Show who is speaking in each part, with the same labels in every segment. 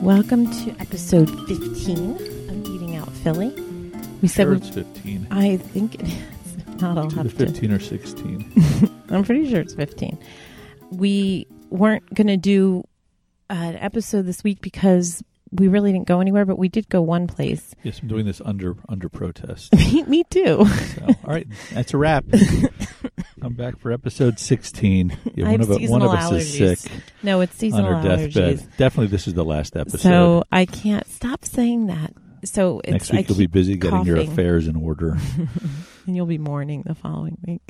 Speaker 1: Welcome to episode 15 of Eating Out Philly. We said
Speaker 2: Sure,
Speaker 1: we,
Speaker 2: it's 15.
Speaker 1: I think it is. If Not, I'll
Speaker 2: It's either
Speaker 1: have to.
Speaker 2: 15 or 16.
Speaker 1: I'm pretty sure it's 15. We weren't going to do an episode this week because we really didn't go anywhere, but we did go one place.
Speaker 2: yes, I'm doing this under under protest.
Speaker 1: Me, me too.
Speaker 2: So, all right, that's a wrap. I'm back for episode 16. Yeah,
Speaker 1: I have
Speaker 2: one of, one
Speaker 1: seasonal
Speaker 2: of us
Speaker 1: allergies.
Speaker 2: is sick
Speaker 1: No, it's
Speaker 2: on
Speaker 1: seasonal
Speaker 2: her
Speaker 1: allergies.
Speaker 2: deathbed. Definitely, this is the last episode.
Speaker 1: So I can't stop saying that. So it's
Speaker 2: Next
Speaker 1: I
Speaker 2: week you'll be
Speaker 1: keep
Speaker 2: busy getting your
Speaker 1: coughing.
Speaker 2: affairs in order.
Speaker 1: and you'll be mourning the following week,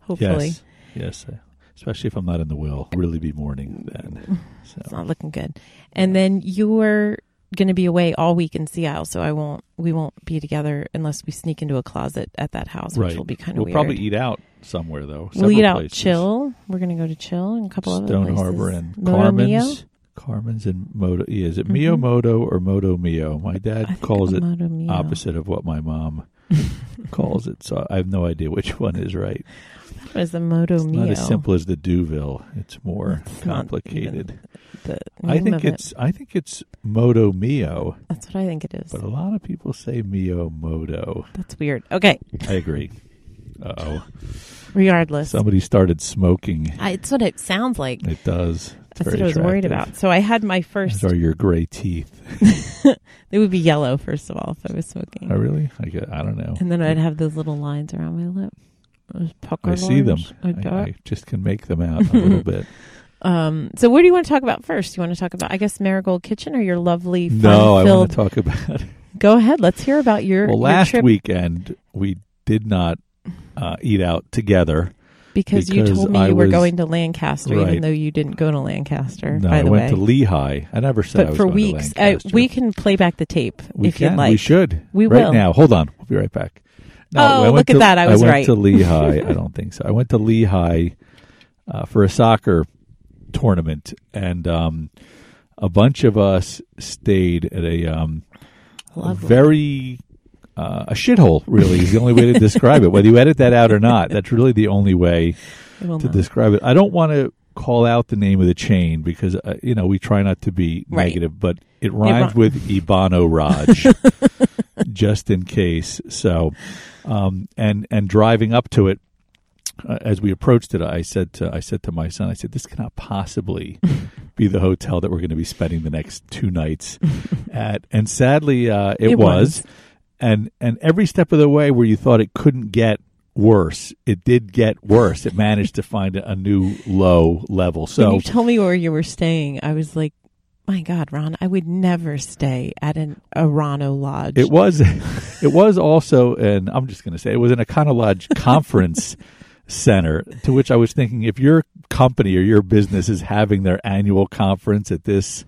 Speaker 1: hopefully.
Speaker 2: yes, yes. uh, Especially if I'm not in the will, I'll really be mourning then.
Speaker 1: It's
Speaker 2: So
Speaker 1: not looking good. And then you're going to be away all week in Seattle, so I won't. We won't be together unless we sneak into a closet at that house, which
Speaker 2: right,
Speaker 1: will be kind of
Speaker 2: we'll
Speaker 1: weird.
Speaker 2: probably eat out somewhere though.
Speaker 1: We'll eat
Speaker 2: several
Speaker 1: out,
Speaker 2: places.
Speaker 1: chill. We're going to go to chill and a couple of
Speaker 2: Stone Harbor and Carmen's. Carmen's and Moto. yeah, Is it Mio
Speaker 1: Mhm.
Speaker 2: Moto or Moto Mio? My dad calls it
Speaker 1: opposite.
Speaker 2: opposite of what my mom calls it. So I have no idea which one is right.
Speaker 1: It was the Moto
Speaker 2: It's
Speaker 1: Mio.
Speaker 2: not as simple as the Duville. It's more
Speaker 1: It's not
Speaker 2: complicated.
Speaker 1: the
Speaker 2: I
Speaker 1: name
Speaker 2: think
Speaker 1: of it.
Speaker 2: it's I think it's Moto Mio,
Speaker 1: that's what I think it is.
Speaker 2: but a lot of people say Mio Moto.
Speaker 1: That's weird. Okay,
Speaker 2: I agree. Uh oh.
Speaker 1: regardless,
Speaker 2: Somebody started smoking.
Speaker 1: I, it's what it sounds like.
Speaker 2: It does. It's
Speaker 1: That's what
Speaker 2: very
Speaker 1: I was worried
Speaker 2: attractive.
Speaker 1: about. So I had my first.
Speaker 2: Those are your gray teeth.
Speaker 1: They would be yellow first of all if I was smoking.
Speaker 2: Oh, really? I, get, I don't know.
Speaker 1: And then I'd have those little lines around my lip. Those pucker
Speaker 2: I see them.
Speaker 1: lines.
Speaker 2: I,
Speaker 1: Like that.
Speaker 2: I just can make them out a little bit.
Speaker 1: Um, so, what do you want to talk about first? You want to talk about, I guess, Marigold Kitchen or your lovely fun
Speaker 2: No, I want
Speaker 1: filled.
Speaker 2: to talk about
Speaker 1: Go ahead. Let's hear about your,
Speaker 2: Well,
Speaker 1: your
Speaker 2: last
Speaker 1: trip
Speaker 2: weekend we did not uh, eat out together.
Speaker 1: because, you
Speaker 2: because
Speaker 1: told me
Speaker 2: I
Speaker 1: you were
Speaker 2: was-
Speaker 1: going to Lancaster, even
Speaker 2: Right.
Speaker 1: though you didn't go to Lancaster.
Speaker 2: No,
Speaker 1: by
Speaker 2: I
Speaker 1: the
Speaker 2: went
Speaker 1: way,
Speaker 2: to Lehigh. I never said I
Speaker 1: but
Speaker 2: was
Speaker 1: for
Speaker 2: going
Speaker 1: weeks,
Speaker 2: To
Speaker 1: I,
Speaker 2: Lancaster.
Speaker 1: we can play back the tape
Speaker 2: we
Speaker 1: if
Speaker 2: can.
Speaker 1: you'd like.
Speaker 2: We should.
Speaker 1: We
Speaker 2: right
Speaker 1: will.
Speaker 2: now. Hold on. We'll be right back. No,
Speaker 1: Oh,
Speaker 2: I went
Speaker 1: look at
Speaker 2: to-
Speaker 1: that. I was
Speaker 2: went
Speaker 1: right.
Speaker 2: to Lehigh. I don't think so. I went to Lehigh uh, for a soccer tournament, and um, a bunch of us stayed at a um,
Speaker 1: Lovely.
Speaker 2: very uh, a shithole. Really, is the only way to describe it. Whether you edit that out or not, that's really the only way
Speaker 1: I will
Speaker 2: to
Speaker 1: not.
Speaker 2: describe it. I don't want to call out the name of the chain because uh, you know we try not to be
Speaker 1: Right.
Speaker 2: negative, but it
Speaker 1: rhymes.
Speaker 2: rhymes with Ibano Raj, just in case. So, um, and and driving up to it. Uh, as we approached it, I said to I said to my son, I said, "This cannot possibly be the hotel that we're going to be spending the next two nights at." And sadly, uh, it,
Speaker 1: It was.
Speaker 2: was. And and every step of the way, where you thought it couldn't get worse, it did get worse. It managed to find a new low level.
Speaker 1: when
Speaker 2: So
Speaker 1: you told me where you were staying, I was like, my God, Ron, I would never stay at an, a Rano Lodge.
Speaker 2: It was, it was also, and I'm just going to say, it was an Econolodge conference center. To which I was thinking, if your company or your business is having their annual conference at this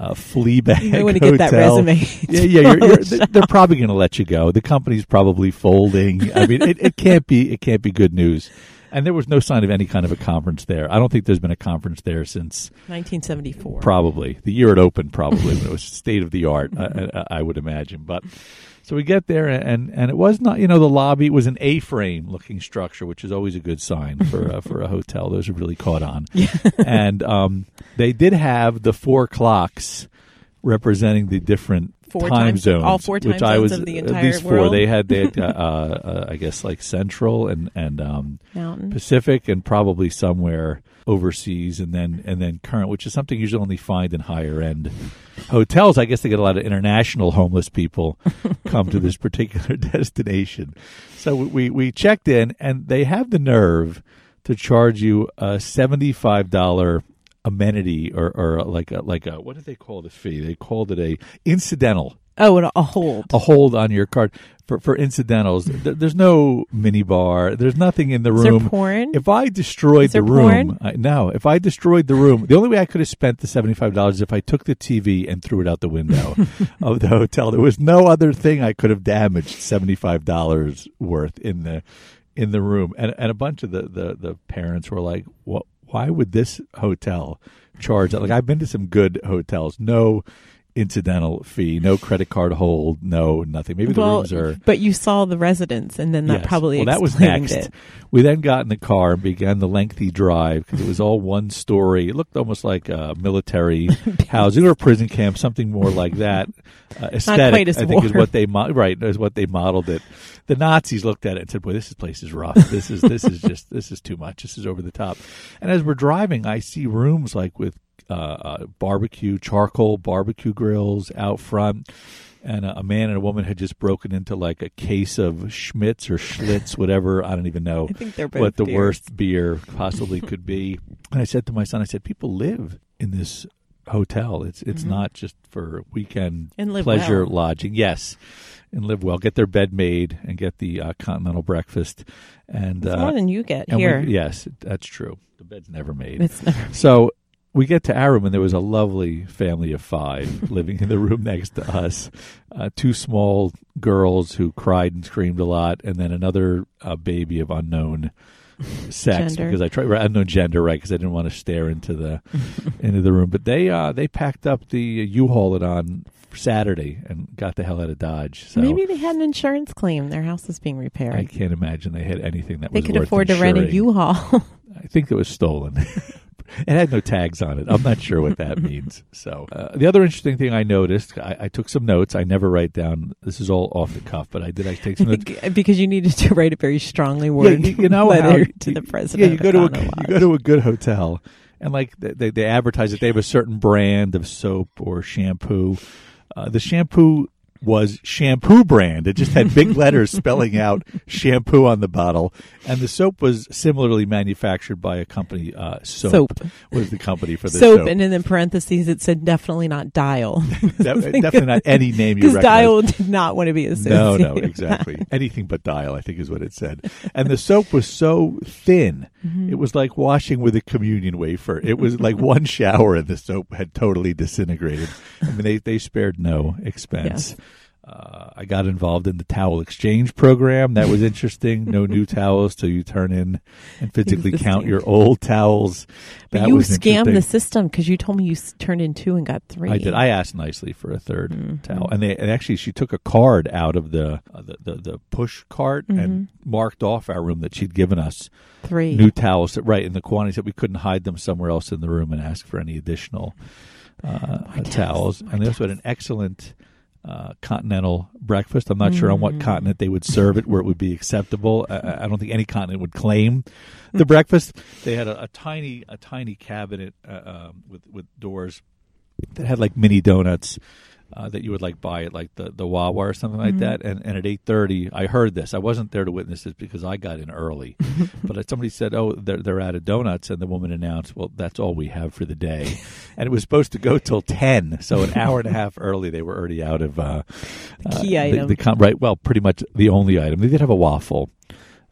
Speaker 2: uh, flea bag
Speaker 1: I want to
Speaker 2: hotel,
Speaker 1: get that resume.
Speaker 2: yeah, yeah, you're, you're, they're they're probably going to let you go. The company's probably folding. I mean, it, it can't be, it can't be good news. And there was no sign of any kind of a conference there. I don't think there's been a conference there since
Speaker 1: 1974.
Speaker 2: Probably the year it opened, probably when it was state of the art, I, I, I would imagine. But so we get there, and and it was not, you know, the lobby was an A-frame looking structure, which is always a good sign for uh, for a hotel. Those are really caught on, and um, they did have the four clocks representing the different.
Speaker 1: Four
Speaker 2: time
Speaker 1: times-
Speaker 2: zones,
Speaker 1: all four time
Speaker 2: which I
Speaker 1: zones
Speaker 2: was
Speaker 1: of the
Speaker 2: at
Speaker 1: entire
Speaker 2: least four.
Speaker 1: world.
Speaker 2: They had, they had uh, uh, I guess, like Central and and um,
Speaker 1: Mountain.
Speaker 2: Pacific and probably somewhere overseas and then and then current, which is something you usually only find in higher end hotels. I guess they get a lot of international homeless people come to this particular destination. So we we checked in and they have the nerve to charge you a seventy five dollar amenity or, or like a like a what did they call the fee? They called it a incidental
Speaker 1: Oh, and a hold.
Speaker 2: a hold on your card for, for incidentals. There, there's no mini bar. There's nothing in the
Speaker 1: Is there
Speaker 2: room.
Speaker 1: porn?
Speaker 2: If I destroyed
Speaker 1: Is there
Speaker 2: the room,
Speaker 1: porn?
Speaker 2: I, no. If I destroyed the room, the only way I could have spent the seventy five dollars is if I took the TV and threw it out the window of the hotel. There was no other thing I could have damaged seventy five dollars worth in the in the room. And and a bunch of the the, the parents were like, "What? Why would this hotel charge?" that?" Like I've been to some good hotels. No incidental fee, no credit card hold, no nothing. Maybe the
Speaker 1: well,
Speaker 2: rooms are.
Speaker 1: but you saw the residents, and then that
Speaker 2: Yes.
Speaker 1: probably
Speaker 2: well, that was
Speaker 1: explained
Speaker 2: next.
Speaker 1: it.
Speaker 2: We then got in the car and began the lengthy drive because it was all one story. It looked almost like a military housing or prison camp, something more like that. Uh, aesthetic,
Speaker 1: quite as
Speaker 2: I think, is
Speaker 1: warm.
Speaker 2: what they mo- right is what they modeled it. The Nazis looked at it and said, "Boy, this is- place is rough. This is this is just this is too much. This is over the top." And as we're driving, I see rooms like with uh, uh, barbecue, charcoal barbecue grills out front. And a a man and a woman had just broken into like a case of Schmitz or Schlitz, whatever. I don't even know
Speaker 1: I think they're both
Speaker 2: what the
Speaker 1: beers.
Speaker 2: worst beer possibly could be. And I said to my son, I said, people live in this hotel. It's it's not just for weekend
Speaker 1: And Mm-hmm. live
Speaker 2: pleasure
Speaker 1: well.
Speaker 2: lodging. Yes, and live well. Get their bed made and get the uh, continental breakfast. And
Speaker 1: It's
Speaker 2: uh,
Speaker 1: more than you get
Speaker 2: and we-
Speaker 1: here.
Speaker 2: yes, that's true. The bed's never made.
Speaker 1: It's not,
Speaker 2: So we get to our room, and there was a lovely family of five living in the room next to us. Uh, two small girls who cried and screamed a lot, and then another uh, baby of unknown sex
Speaker 1: Gender.
Speaker 2: because I tried right, unknown gender, right? Because I didn't want to stare into the into the room. But they uh, they packed up the U-Haul it on Saturday and got the hell out of Dodge. So
Speaker 1: maybe they had an insurance claim. Their house is being repaired.
Speaker 2: I can't imagine they had anything that
Speaker 1: they
Speaker 2: was
Speaker 1: could
Speaker 2: worth
Speaker 1: afford to rent a
Speaker 2: insuring.
Speaker 1: U-Haul.
Speaker 2: I think it was stolen. it had no tags on it. I'm not sure what that means. So uh, the other interesting thing I noticed, I, I took some notes. I never write down. This is all off the cuff, but I did. I take
Speaker 1: I
Speaker 2: some notes.
Speaker 1: think because you needed to write a very strongly worded
Speaker 2: you- you know how
Speaker 1: letter
Speaker 2: you-
Speaker 1: to the
Speaker 2: Yeah,
Speaker 1: president.
Speaker 2: you go
Speaker 1: of
Speaker 2: to a
Speaker 1: Ghana
Speaker 2: you
Speaker 1: Lodge.
Speaker 2: go to a good hotel, and like they- they they advertise that they have a certain brand of soap or shampoo. Uh, the shampoo was shampoo brand. It just had big letters spelling out shampoo on the bottle, and the soap was similarly manufactured by a company. Uh, soap,
Speaker 1: Soap.
Speaker 2: was the company for the
Speaker 1: soap, and then in parentheses it said definitely not dial
Speaker 2: Def- definitely not any name you
Speaker 1: because
Speaker 2: recognize.
Speaker 1: dial did not want to be
Speaker 2: No,
Speaker 1: associated.
Speaker 2: no,
Speaker 1: with
Speaker 2: exactly. Anything but dial, I think, is what it said. And the soap was so thin,
Speaker 1: Mm-hmm.
Speaker 2: it was like washing with a communion wafer. It was like one shower, and the soap had totally disintegrated. I mean, they they spared no expense. Uh, I got involved in the towel exchange program. That was interesting. No new towels till you turn in and physically count
Speaker 1: Existing.
Speaker 2: your old towels.
Speaker 1: that.
Speaker 2: That
Speaker 1: But you
Speaker 2: was
Speaker 1: scammed the
Speaker 2: interesting.
Speaker 1: system because you told me you s- turned in two and got three.
Speaker 2: I did. I asked nicely for a 3rd towel, and they and actually she took a card out of the uh, the, the the push cart and marked off our room that she'd given us
Speaker 1: three.
Speaker 2: new towels that right in the quantities that we couldn't hide them somewhere else in the room and ask for any additional uh, towels. And they also had an excellent. Uh, continental breakfast. I'm not sure on what continent they would serve it where it would be acceptable. I- I, I don't think any continent would claim the breakfast. They had a, a tiny, a tiny cabinet uh, um, with with doors that had like mini donuts uh, that you would like buy at like the, the Wawa or something
Speaker 1: Mm-hmm.
Speaker 2: like that. And and at eight thirty, I heard this. I wasn't there to witness this because I got in early, but somebody said, "Oh, they're they're out of donuts," and the woman announced, "Well, that's all we have for the day," and it was supposed to go till ten. So an hour and a half early, they were already out of uh,
Speaker 1: key
Speaker 2: uh,
Speaker 1: item.
Speaker 2: The, the com- right, well, pretty much the only item. They did have a waffle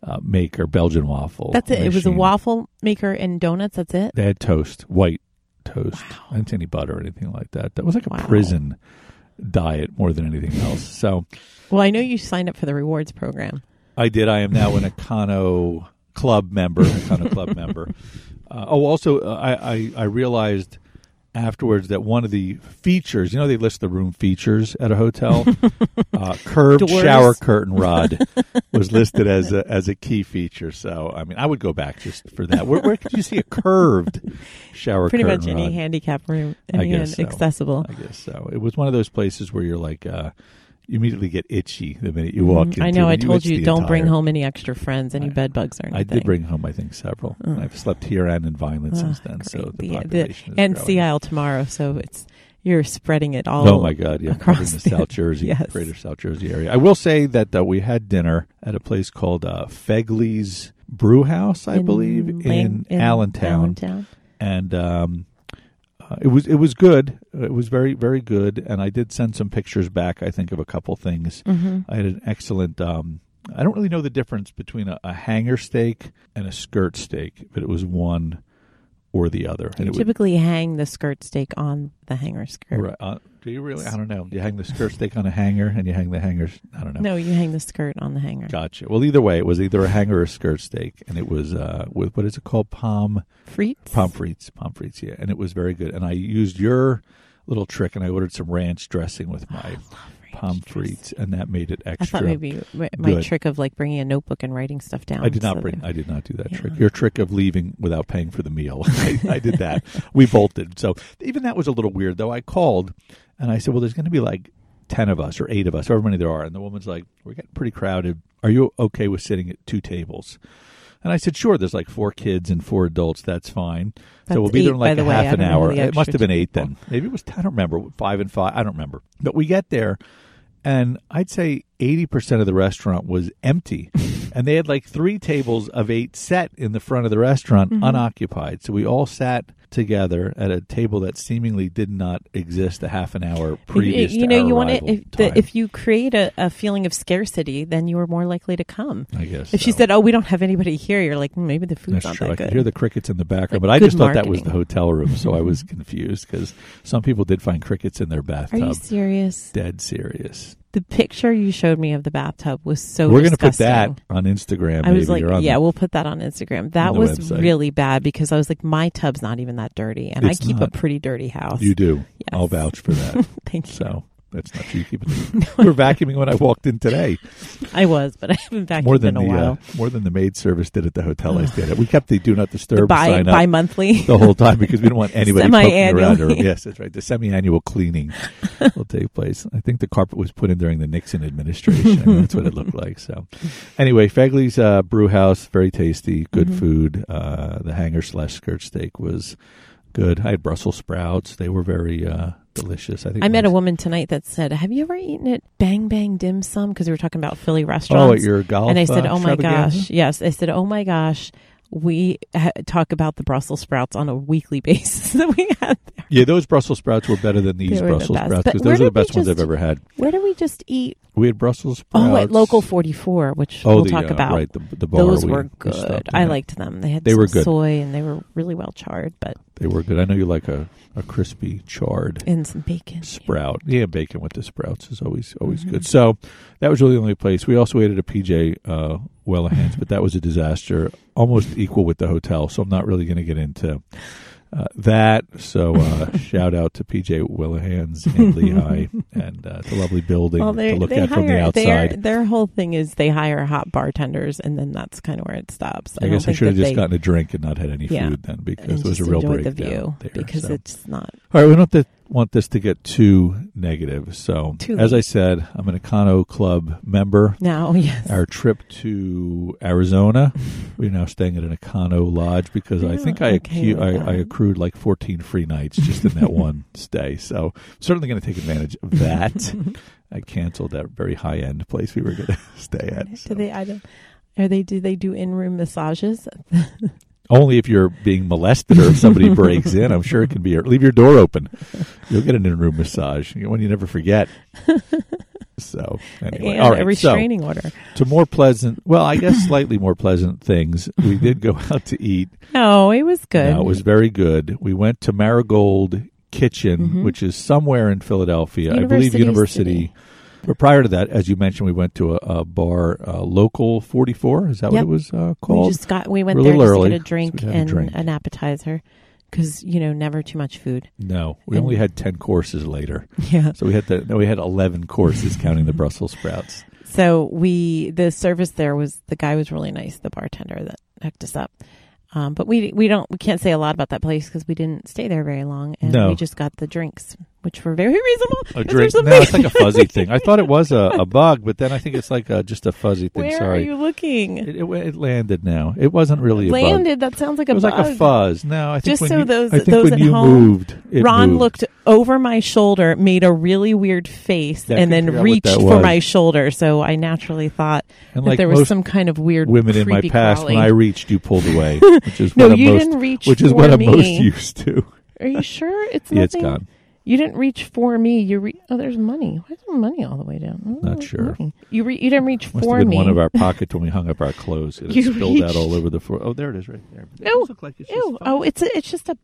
Speaker 2: uh, maker, Belgian waffle.
Speaker 1: That's it. It was a
Speaker 2: machine.
Speaker 1: waffle maker and donuts. That's it.
Speaker 2: They had toast, white toast. I didn't see any butter or anything like that. That was like a
Speaker 1: Wow.
Speaker 2: prison diet more than anything else. So
Speaker 1: Well, I know you signed up for the rewards program.
Speaker 2: I did. I am now an Econo Club member. Econo Club member. Uh, oh, also, uh, I, I I realized afterwards that one of the features, you know, they list the room features at a hotel. uh, curved
Speaker 1: Doors.
Speaker 2: shower curtain rod was listed as a as a key feature. So I mean, I would go back just for that. Where, where could you see a curved shower
Speaker 1: Pretty
Speaker 2: curtain
Speaker 1: much any
Speaker 2: rod?
Speaker 1: handicap room,
Speaker 2: I
Speaker 1: any
Speaker 2: guess
Speaker 1: hand
Speaker 2: so.
Speaker 1: accessible.
Speaker 2: I guess so. It was one of those places where you're like, uh, you immediately get itchy the minute you walk in.
Speaker 1: Mm-hmm. I know. I told you, don't bring home any extra friends, any
Speaker 2: I-
Speaker 1: bed bugs or anything.
Speaker 2: I did bring home, I think, several. I've slept here and in Vineland since then. So the,
Speaker 1: Great.
Speaker 2: population is
Speaker 1: and
Speaker 2: growing.
Speaker 1: Sea Isle tomorrow, so it's you're spreading it all.
Speaker 2: Oh my God! Yeah,
Speaker 1: across
Speaker 2: covering the
Speaker 1: the-
Speaker 2: South Jersey,
Speaker 1: Yes.
Speaker 2: greater South Jersey area. I will say that uh, we had dinner at a place called uh, Fegley's Brew House, I
Speaker 1: in
Speaker 2: believe,
Speaker 1: Lang-
Speaker 2: in, Allentown
Speaker 1: Allentown.
Speaker 2: and um, uh, it was it was good. It was very very good, and I did send some pictures back. I think of a couple things.
Speaker 1: Mm-hmm.
Speaker 2: I had an excellent. Um, I don't really know the difference between a, a hanger steak and a skirt steak, but it was one or the other. And
Speaker 1: You
Speaker 2: it would,
Speaker 1: typically hang the skirt steak on the hanger skirt.
Speaker 2: right, uh, do you really? I don't know. You hang the skirt steak on a hanger, and you hang the hangers. I don't know.
Speaker 1: No, you hang the skirt on the hanger.
Speaker 2: Gotcha. Well, either way, it was either a hanger or a skirt steak, and it was uh, with what is it called? Palm
Speaker 1: Frites.
Speaker 2: Pomfrets, pomfrets, yeah, and it was very good. And I used your little trick, and I ordered some ranch dressing with my palm frites, and that made it
Speaker 1: Oh, I
Speaker 2: extra.
Speaker 1: thought maybe my, my
Speaker 2: good.
Speaker 1: trick of like bringing a notebook and writing stuff down.
Speaker 2: I did
Speaker 1: so
Speaker 2: not bring.
Speaker 1: that-
Speaker 2: I did not do that
Speaker 1: Yeah.
Speaker 2: trick. Your trick of leaving without paying for the meal. I, I did that. We bolted. So even that was a little weird, though. I called and I said, "Well, there's going to be like ten of us or eight of us, however many there are." And the woman's like, "We're getting pretty crowded. Are you okay with sitting at two tables?" And I said, "Sure." There's like four kids and four adults. That's fine.
Speaker 1: That's
Speaker 2: so we'll be there
Speaker 1: eight,
Speaker 2: in
Speaker 1: by
Speaker 2: like
Speaker 1: the
Speaker 2: a
Speaker 1: way. I
Speaker 2: half
Speaker 1: don't
Speaker 2: an
Speaker 1: know
Speaker 2: hour.
Speaker 1: the
Speaker 2: It must
Speaker 1: extra
Speaker 2: have been eight
Speaker 1: people.
Speaker 2: then. Maybe it was. I don't remember. Five and five. I don't remember. But we get there, and I'd say eighty percent of the restaurant was empty, and they had like three tables of eight set in the front of the restaurant
Speaker 1: Mm-hmm.
Speaker 2: unoccupied. So we all sat together at a table that seemingly did not exist a half an hour
Speaker 1: If- if-
Speaker 2: previous.
Speaker 1: you know, you
Speaker 2: want
Speaker 1: want to if, the, if you create a, a feeling of scarcity, then you are more likely to come.
Speaker 2: I guess
Speaker 1: If she
Speaker 2: so.
Speaker 1: said, "Oh, we don't have anybody here," you're like, "Hmm, maybe the food's
Speaker 2: That's
Speaker 1: not
Speaker 2: true. I
Speaker 1: that
Speaker 2: could
Speaker 1: good.
Speaker 2: hear the crickets in the
Speaker 1: Like,
Speaker 2: background, but I
Speaker 1: good
Speaker 2: just thought that was the
Speaker 1: marketing.
Speaker 2: hotel room, so I was confused because some people did find crickets in their
Speaker 1: Are
Speaker 2: bathtub.
Speaker 1: you serious?
Speaker 2: Dead serious.
Speaker 1: The picture you showed me of the bathtub was so.
Speaker 2: We're gonna put
Speaker 1: disgusting.
Speaker 2: that on Instagram.
Speaker 1: I
Speaker 2: maybe,
Speaker 1: was like,
Speaker 2: or on
Speaker 1: yeah,
Speaker 2: the-
Speaker 1: we'll put that on Instagram. That
Speaker 2: on the
Speaker 1: was
Speaker 2: website.
Speaker 1: really bad because I was like, my tub's not even that dirty, and
Speaker 2: It's
Speaker 1: I keep a
Speaker 2: not.
Speaker 1: pretty dirty house.
Speaker 2: you do.
Speaker 1: Yes.
Speaker 2: I'll vouch for that.
Speaker 1: Thank you.
Speaker 2: so that's not true. You keep it. You were vacuuming when I walked in today.
Speaker 1: I was, but I haven't vacuumed
Speaker 2: More than
Speaker 1: in a
Speaker 2: the
Speaker 1: while.
Speaker 2: uh, more than the maid service did at the hotel I stayed at. We kept the do not disturb
Speaker 1: bi
Speaker 2: sign up.
Speaker 1: bi monthly.
Speaker 2: the whole time because we don't want anybody poking around her.
Speaker 1: Semi-annually.
Speaker 2: Yes, that's right. The semi-annual cleaning will take place. I think the carpet was put in during the Nixon administration. and that's what it looked like. So, anyway, Fegley's uh, Brew House, very tasty, good
Speaker 1: Mhm.
Speaker 2: food. Uh, the hanger slash skirt steak was good. I had Brussels sprouts; they were very uh, delicious. I think
Speaker 1: I met
Speaker 2: my-
Speaker 1: a woman tonight that said, "Have you ever eaten at Bang Bang Dim Sum?" Because we were talking about Philly
Speaker 2: oh at
Speaker 1: restaurants,
Speaker 2: your golf,
Speaker 1: and I said,
Speaker 2: uh,
Speaker 1: "Oh my
Speaker 2: extravaganza?
Speaker 1: gosh, yes." I said, "Oh my gosh." We ha- talk about the Brussels sprouts on a weekly basis that we had.
Speaker 2: Yeah, those Brussels sprouts were better than these
Speaker 1: were the
Speaker 2: Brussels
Speaker 1: best.
Speaker 2: sprouts
Speaker 1: But
Speaker 2: because
Speaker 1: where
Speaker 2: those are the
Speaker 1: did we
Speaker 2: best ones I've
Speaker 1: just-
Speaker 2: ever had.
Speaker 1: Where do we just eat?
Speaker 2: We had Brussels sprouts.
Speaker 1: Oh, at Local 44, which
Speaker 2: Oh,
Speaker 1: we'll
Speaker 2: the,
Speaker 1: talk
Speaker 2: uh,
Speaker 1: about.
Speaker 2: Right, the, the bar
Speaker 1: Those
Speaker 2: we-
Speaker 1: were
Speaker 2: we
Speaker 1: good.
Speaker 2: stopped
Speaker 1: I
Speaker 2: in.
Speaker 1: liked them. They had
Speaker 2: They were
Speaker 1: some
Speaker 2: good.
Speaker 1: soy and they were really well charred, but
Speaker 2: They were good. I know you like a, a crispy charred
Speaker 1: and some bacon.
Speaker 2: sprout. Yeah, bacon with the sprouts is always always
Speaker 1: Mm-hmm.
Speaker 2: good. So that was really the only place. We also ate at a PJ uh, Wellahan's, but that was a disaster, almost equal with the hotel. So I'm not really going to get into uh, that. So uh, shout out to PJ Wellahan's in Lehigh and uh, it's a lovely building
Speaker 1: Well,
Speaker 2: to
Speaker 1: they
Speaker 2: look
Speaker 1: they
Speaker 2: at from the
Speaker 1: hire their
Speaker 2: outside.
Speaker 1: their whole thing is they hire hot bartenders, and then that's kind of where it stops.
Speaker 2: I
Speaker 1: don't
Speaker 2: guess I
Speaker 1: think
Speaker 2: should have
Speaker 1: that
Speaker 2: just
Speaker 1: they-
Speaker 2: gotten a drink and not had any
Speaker 1: Yeah.
Speaker 2: food then
Speaker 1: and
Speaker 2: because it was
Speaker 1: just
Speaker 2: a real
Speaker 1: enjoyed
Speaker 2: break
Speaker 1: the view because it's not
Speaker 2: All right, we don't have to want this to get too negative. So,
Speaker 1: Too
Speaker 2: as
Speaker 1: late.
Speaker 2: I said, I'm an Econo Club member.
Speaker 1: now. Yes,
Speaker 2: Our trip to Arizona, we're now staying at an Econo Lodge because I
Speaker 1: Yeah,
Speaker 2: think I,
Speaker 1: Oh, okay
Speaker 2: accu-
Speaker 1: with
Speaker 2: I, I
Speaker 1: that.
Speaker 2: accrued like 14 free nights just in that one stay. So, certainly going to take advantage of that. I canceled that very high end place we were going to stay at.
Speaker 1: do
Speaker 2: so.
Speaker 1: they? I don't. Are they? Do they do in room massages?
Speaker 2: Only if you're being molested or if somebody breaks in. I'm sure it can be. Or leave your door open. You'll get an in-room massage. You get One you never forget. So anyway,
Speaker 1: and
Speaker 2: all right.
Speaker 1: a restraining order.
Speaker 2: So to more pleasant. Well, I guess slightly more pleasant things. We did go out to eat.
Speaker 1: No, it was good.
Speaker 2: Now, it was very good. We went to Marigold Kitchen,
Speaker 1: Mhm.
Speaker 2: which is somewhere in Philadelphia. I believe
Speaker 1: University
Speaker 2: University.
Speaker 1: City.
Speaker 2: But prior to that, as you mentioned, we went to a, a bar, uh, Local 44. Is that what
Speaker 1: Yep.
Speaker 2: it was uh, called?
Speaker 1: we just got. We went
Speaker 2: We're a
Speaker 1: there
Speaker 2: little
Speaker 1: just
Speaker 2: early,
Speaker 1: to get a
Speaker 2: so
Speaker 1: drink
Speaker 2: we had a
Speaker 1: and
Speaker 2: drink.
Speaker 1: an appetizer because you know never too much food.
Speaker 2: No, we
Speaker 1: And-
Speaker 2: only had ten courses later,
Speaker 1: Yeah.
Speaker 2: so we had the no, we had eleven courses counting the Brussels sprouts.
Speaker 1: So we the service there was the guy was really nice, the bartender that hooked us up. Um, but we we don't we can't say a lot about that place because we didn't stay there very long, and
Speaker 2: No.
Speaker 1: we just got the drinks, which were very reasonable.
Speaker 2: A
Speaker 1: Is there
Speaker 2: drink? No,
Speaker 1: something-
Speaker 2: it's like a fuzzy thing. I thought it was a, a bug, but then I think it's like a, just a fuzzy thing.
Speaker 1: Where
Speaker 2: Sorry,
Speaker 1: are you looking?
Speaker 2: It, it, it landed now. It wasn't really a bug.
Speaker 1: Landed. That sounds like a
Speaker 2: It was
Speaker 1: bug.
Speaker 2: like a fuzz. No, I think
Speaker 1: Just
Speaker 2: when
Speaker 1: so
Speaker 2: you,
Speaker 1: those-
Speaker 2: I think
Speaker 1: those
Speaker 2: when
Speaker 1: at
Speaker 2: you
Speaker 1: home-
Speaker 2: moved, it
Speaker 1: Ron
Speaker 2: moved.
Speaker 1: looked over my shoulder, made a really weird face,
Speaker 2: Yeah, I
Speaker 1: and then
Speaker 2: couldn't figure out what
Speaker 1: reached
Speaker 2: that
Speaker 1: for
Speaker 2: was.
Speaker 1: my shoulder. So I naturally thought
Speaker 2: and
Speaker 1: that
Speaker 2: like
Speaker 1: there was
Speaker 2: most
Speaker 1: some kind of weird
Speaker 2: women in my
Speaker 1: creepy
Speaker 2: past,
Speaker 1: crawly.
Speaker 2: when I reached, you pulled away, which is
Speaker 1: no,
Speaker 2: what I'm
Speaker 1: you
Speaker 2: most,
Speaker 1: didn't reach.
Speaker 2: which is
Speaker 1: for
Speaker 2: what I'm
Speaker 1: me.
Speaker 2: most used to.
Speaker 1: Are you sure it's nothing?
Speaker 2: Yeah, it's gone.
Speaker 1: You didn't reach for me. You re- oh, there's money. Why is there money all the way down? Oh,
Speaker 2: Not sure.
Speaker 1: money. You re- you didn't reach
Speaker 2: Must
Speaker 1: for
Speaker 2: have been
Speaker 1: me.
Speaker 2: one of our pockets when we hung up our clothes. It
Speaker 1: You
Speaker 2: spilled out
Speaker 1: reached-
Speaker 2: all over the floor. Oh, there it is, right there. It
Speaker 1: Ew.
Speaker 2: does look like it's just
Speaker 1: Ew.
Speaker 2: fuzz.
Speaker 1: Oh, it's a, it's just a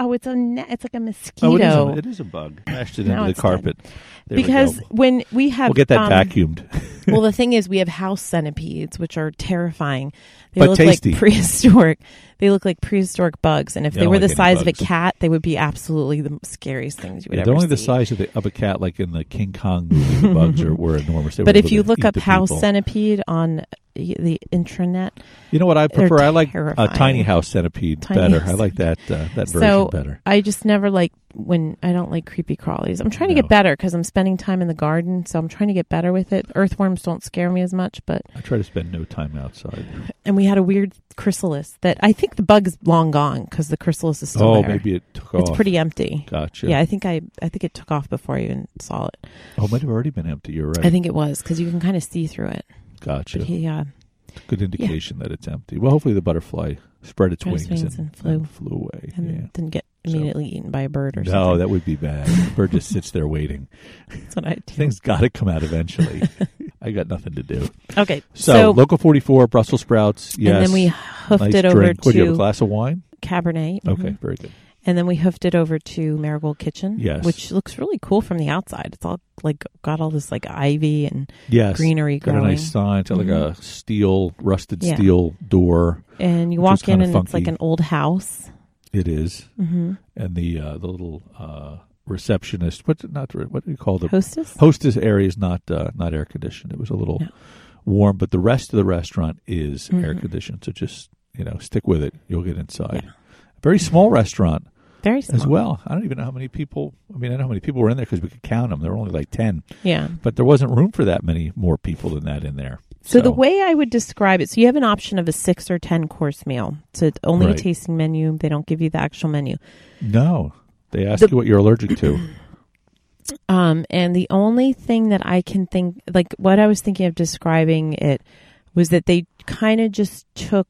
Speaker 1: oh, it's a net. It's like a mosquito.
Speaker 2: Oh, it is, a, it is a bug. Smashed it
Speaker 1: Now
Speaker 2: into
Speaker 1: it's
Speaker 2: the carpet. There we
Speaker 1: because
Speaker 2: go.
Speaker 1: when we have
Speaker 2: we'll get
Speaker 1: um,
Speaker 2: that vacuumed.
Speaker 1: well, the thing is, we have house centipedes, which are terrifying. They
Speaker 2: But
Speaker 1: look
Speaker 2: tasty.
Speaker 1: like prehistoric. They look like prehistoric bugs, and if
Speaker 2: Yeah, I
Speaker 1: they
Speaker 2: don't
Speaker 1: were
Speaker 2: like
Speaker 1: the
Speaker 2: any
Speaker 1: size of a
Speaker 2: bugs.
Speaker 1: cat, they would be absolutely the scariest things you would
Speaker 2: Yeah,
Speaker 1: ever
Speaker 2: they're only
Speaker 1: see.
Speaker 2: the size of, the, of a cat, like in the King Kong movie. The bugs are, were enormous. They were
Speaker 1: but
Speaker 2: able
Speaker 1: if you
Speaker 2: to
Speaker 1: look
Speaker 2: eat
Speaker 1: up
Speaker 2: the
Speaker 1: house
Speaker 2: people.
Speaker 1: centipede on uh, the intranet,
Speaker 2: you know what I
Speaker 1: they're
Speaker 2: prefer? I like a
Speaker 1: terrifying.
Speaker 2: tiny house centipede
Speaker 1: Tiny
Speaker 2: better.
Speaker 1: house
Speaker 2: I like that uh, that version
Speaker 1: So-
Speaker 2: better.
Speaker 1: I just never like when I don't like creepy crawlies. I'm trying to
Speaker 2: No.
Speaker 1: get better because I'm spending time in the garden, so I'm trying to get better with it. Earthworms don't scare me as much, but
Speaker 2: I try to spend no time outside.
Speaker 1: and we had a weird chrysalis that I think the bug's long gone because the chrysalis is still
Speaker 2: oh,
Speaker 1: there.
Speaker 2: maybe it took
Speaker 1: it's
Speaker 2: off.
Speaker 1: pretty empty.
Speaker 2: Gotcha.
Speaker 1: Yeah, I think I I think it took off before I even saw it.
Speaker 2: Oh, it might have already been empty. You're right.
Speaker 1: I think it was because you can kind of see through it.
Speaker 2: gotcha.
Speaker 1: But he uh,
Speaker 2: Good indication that it's empty. Well, hopefully the butterfly spread its
Speaker 1: Spread
Speaker 2: wings,
Speaker 1: its wings and flew.
Speaker 2: away.
Speaker 1: and
Speaker 2: yeah.
Speaker 1: didn't get
Speaker 2: So-
Speaker 1: immediately eaten by a bird or
Speaker 2: No,
Speaker 1: something.
Speaker 2: that would be bad. The bird just sits there waiting.
Speaker 1: That's what I do.
Speaker 2: Things got to come out eventually. I got nothing to do.
Speaker 1: okay,
Speaker 2: So, local 44, Brussels sprouts. Yes.
Speaker 1: and then we hoofed
Speaker 2: nice
Speaker 1: it over
Speaker 2: drink. What, do you have a
Speaker 1: to
Speaker 2: glass of wine?
Speaker 1: Cabernet. mhm.
Speaker 2: Okay, very good.
Speaker 1: And then we hoofed it over to Marigold Kitchen,
Speaker 2: Yes.
Speaker 1: which looks really cool from the outside. It's all like got all this like ivy and
Speaker 2: Yes.
Speaker 1: greenery
Speaker 2: Got
Speaker 1: growing.
Speaker 2: a nice sign. It's got like a steel, rusted
Speaker 1: Mm-hmm. Yeah.
Speaker 2: steel door.
Speaker 1: and you
Speaker 2: which was
Speaker 1: walk in
Speaker 2: kinda
Speaker 1: and it's like
Speaker 2: funky.
Speaker 1: an old house.
Speaker 2: It is.
Speaker 1: Mm-hmm.
Speaker 2: And the uh, the little uh, receptionist, what, not, re- what do you call the
Speaker 1: Hostess.
Speaker 2: hostess area is not uh, not air conditioned. It was a little
Speaker 1: No.
Speaker 2: warm, but the rest of the restaurant is air
Speaker 1: Mhm.
Speaker 2: conditioned. So just you know, stick with it. You'll get inside.
Speaker 1: Yeah.
Speaker 2: Very small restaurant
Speaker 1: Very small.
Speaker 2: as well. I don't even know how many people. I mean, I know how many people were in there because we could count them. There were only like ten,
Speaker 1: Yeah.
Speaker 2: but there wasn't room for that many more people than that in there.
Speaker 1: So, the way I would describe it, so you have an option of a six or ten course meal. So it's only
Speaker 2: Right.
Speaker 1: a tasting menu. They don't give you the actual menu.
Speaker 2: no, they ask
Speaker 1: The-
Speaker 2: you what you're allergic to.
Speaker 1: Um, and the only thing that I can think, like what I was thinking of describing it, was that they kind of just took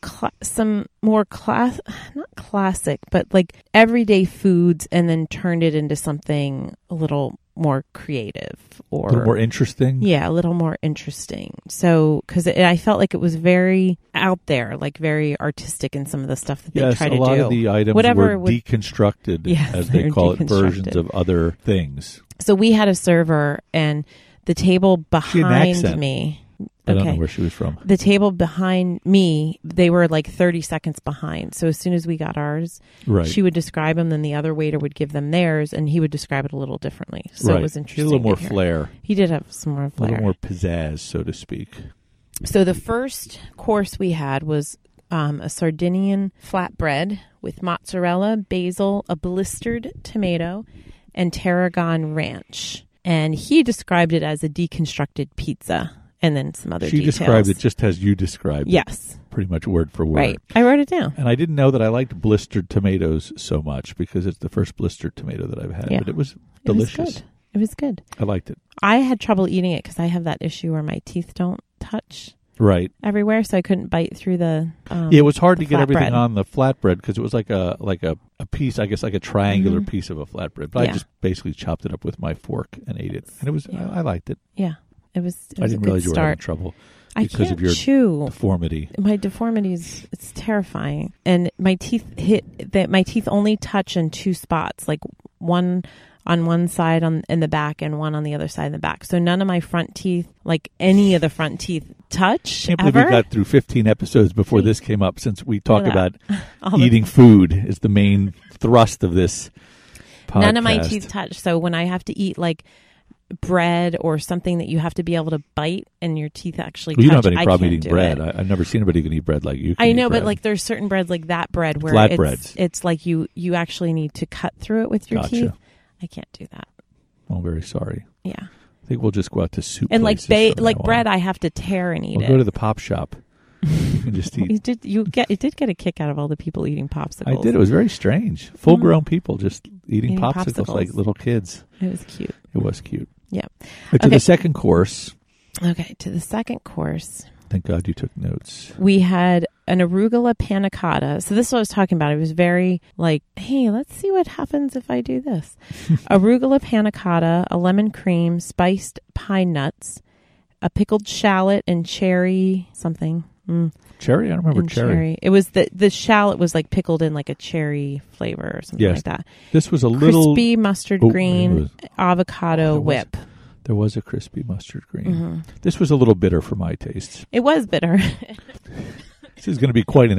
Speaker 1: cla some more class, not classic, but like everyday foods, and then turned it into something a little more creative
Speaker 2: a
Speaker 1: or
Speaker 2: little more interesting.
Speaker 1: yeah, a little more interesting. So, because I felt like it was very out there, like very artistic in some of the stuff that they
Speaker 2: Yes,
Speaker 1: try
Speaker 2: a
Speaker 1: to
Speaker 2: lot
Speaker 1: do.
Speaker 2: of the items
Speaker 1: Whatever
Speaker 2: were
Speaker 1: would-
Speaker 2: deconstructed,
Speaker 1: Yes,
Speaker 2: as they
Speaker 1: they're
Speaker 2: call it, versions
Speaker 1: deconstructed.
Speaker 2: of other things.
Speaker 1: so we had a server, and the table
Speaker 2: had an
Speaker 1: behind
Speaker 2: accent.
Speaker 1: me.
Speaker 2: I don't know
Speaker 1: Okay.
Speaker 2: where she was from.
Speaker 1: the table behind me, they were like 30 seconds behind. So as soon as we got ours,
Speaker 2: Right.
Speaker 1: she would describe them, then the other waiter would give them theirs, and he would describe it a little differently. So it was
Speaker 2: She
Speaker 1: interesting.
Speaker 2: had A little
Speaker 1: to
Speaker 2: more
Speaker 1: hear.
Speaker 2: flair,
Speaker 1: He did have some more
Speaker 2: a
Speaker 1: flair.
Speaker 2: little more pizzazz, so to speak.
Speaker 1: So the first course we had was um, a Sardinian flatbread with mozzarella, basil, a blistered tomato, and tarragon ranch. And he described it as a deconstructed pizza, and then some other
Speaker 2: she
Speaker 1: details.
Speaker 2: described it just as you described it,
Speaker 1: Yes,
Speaker 2: pretty much word for word.
Speaker 1: right. I wrote it down.
Speaker 2: And I didn't know that I liked blistered tomatoes so much because it's the first blistered tomato that I've had,
Speaker 1: Yeah.
Speaker 2: but it was
Speaker 1: It was
Speaker 2: delicious.
Speaker 1: good. It was good.
Speaker 2: I liked it.
Speaker 1: I had trouble eating it because I have that issue where my teeth don't touch
Speaker 2: Right.
Speaker 1: everywhere, so I couldn't bite through the. Um,
Speaker 2: Yeah, it was hard
Speaker 1: the
Speaker 2: to get everything
Speaker 1: flatbread.
Speaker 2: on the flatbread because it was like a like a, a piece, I guess, like a triangular
Speaker 1: Mhm.
Speaker 2: piece of a flatbread. But I
Speaker 1: Yeah.
Speaker 2: just basically chopped it up with my fork and ate it, and it was
Speaker 1: Yeah.
Speaker 2: I, I liked it.
Speaker 1: yeah, it was. It
Speaker 2: I
Speaker 1: was
Speaker 2: didn't
Speaker 1: a good
Speaker 2: realize you were having
Speaker 1: start.
Speaker 2: trouble
Speaker 1: I
Speaker 2: because
Speaker 1: can't
Speaker 2: of your
Speaker 1: chew.
Speaker 2: deformity.
Speaker 1: My deformities, it's terrifying, and my teeth hit that. My teeth only touch in two spots, like one on one side on in the back and one on the other side in the back. So none of my front teeth, like any of the front teeth, touch
Speaker 2: Can't believe
Speaker 1: ever.
Speaker 2: we got through 15 episodes before this came up. Since we talk
Speaker 1: Look at
Speaker 2: about
Speaker 1: that. All the
Speaker 2: eating food is the main thrust of this podcast.
Speaker 1: None of my teeth touch. So when I have to eat like bread or something that you have to be able to bite and your teeth actually
Speaker 2: Well, you don't
Speaker 1: touch,
Speaker 2: have any
Speaker 1: I
Speaker 2: problem
Speaker 1: can't do
Speaker 2: eating bread.
Speaker 1: it.
Speaker 2: I, I've never seen anybody who can eat bread like you. Can
Speaker 1: I
Speaker 2: eat
Speaker 1: know, but
Speaker 2: bread.
Speaker 1: like there's certain breads like that bread where
Speaker 2: Flat
Speaker 1: it's,
Speaker 2: breads.
Speaker 1: it's like you you actually need to cut through it with your
Speaker 2: Gotcha.
Speaker 1: teeth. I can't do that.
Speaker 2: Oh, I'm very sorry.
Speaker 1: Yeah,
Speaker 2: I think we'll just go out to soup.
Speaker 1: and like
Speaker 2: places
Speaker 1: ba-
Speaker 2: from
Speaker 1: like
Speaker 2: now on.
Speaker 1: bread, I have to tear and eat
Speaker 2: We'll
Speaker 1: it.
Speaker 2: go to the pop shop and just
Speaker 1: you
Speaker 2: eat.
Speaker 1: did you get it did get a kick out of all the people eating popsicles.
Speaker 2: I did. It was very strange. Full grown people just eating,
Speaker 1: Eating
Speaker 2: popsicles,
Speaker 1: popsicles.
Speaker 2: like little kids.
Speaker 1: It was cute.
Speaker 2: It was cute.
Speaker 1: Yeah.
Speaker 2: And to
Speaker 1: Okay.
Speaker 2: the second course,
Speaker 1: Okay, to the second course.
Speaker 2: thank God you took notes.
Speaker 1: we had an arugula panna cotta. So this is what I was talking about. It was very like, hey, let's see what happens if I do this. arugula panna cotta, a lemon cream, spiced pine nuts, a pickled shallot and cherry something. Mm,
Speaker 2: Cherry? I don't remember
Speaker 1: and
Speaker 2: Oh, cherry.
Speaker 1: It was the the shallot was like pickled in like a cherry flavor or something
Speaker 2: Yes.
Speaker 1: like that.
Speaker 2: This was a little.
Speaker 1: Crispy mustard
Speaker 2: Oh, it
Speaker 1: green
Speaker 2: was-
Speaker 1: avocado
Speaker 2: There was-
Speaker 1: whip.
Speaker 2: There was a crispy mustard green.
Speaker 1: Mhm.
Speaker 2: This was a little bitter for my tastes.
Speaker 1: It was bitter.
Speaker 2: This is going to be quite an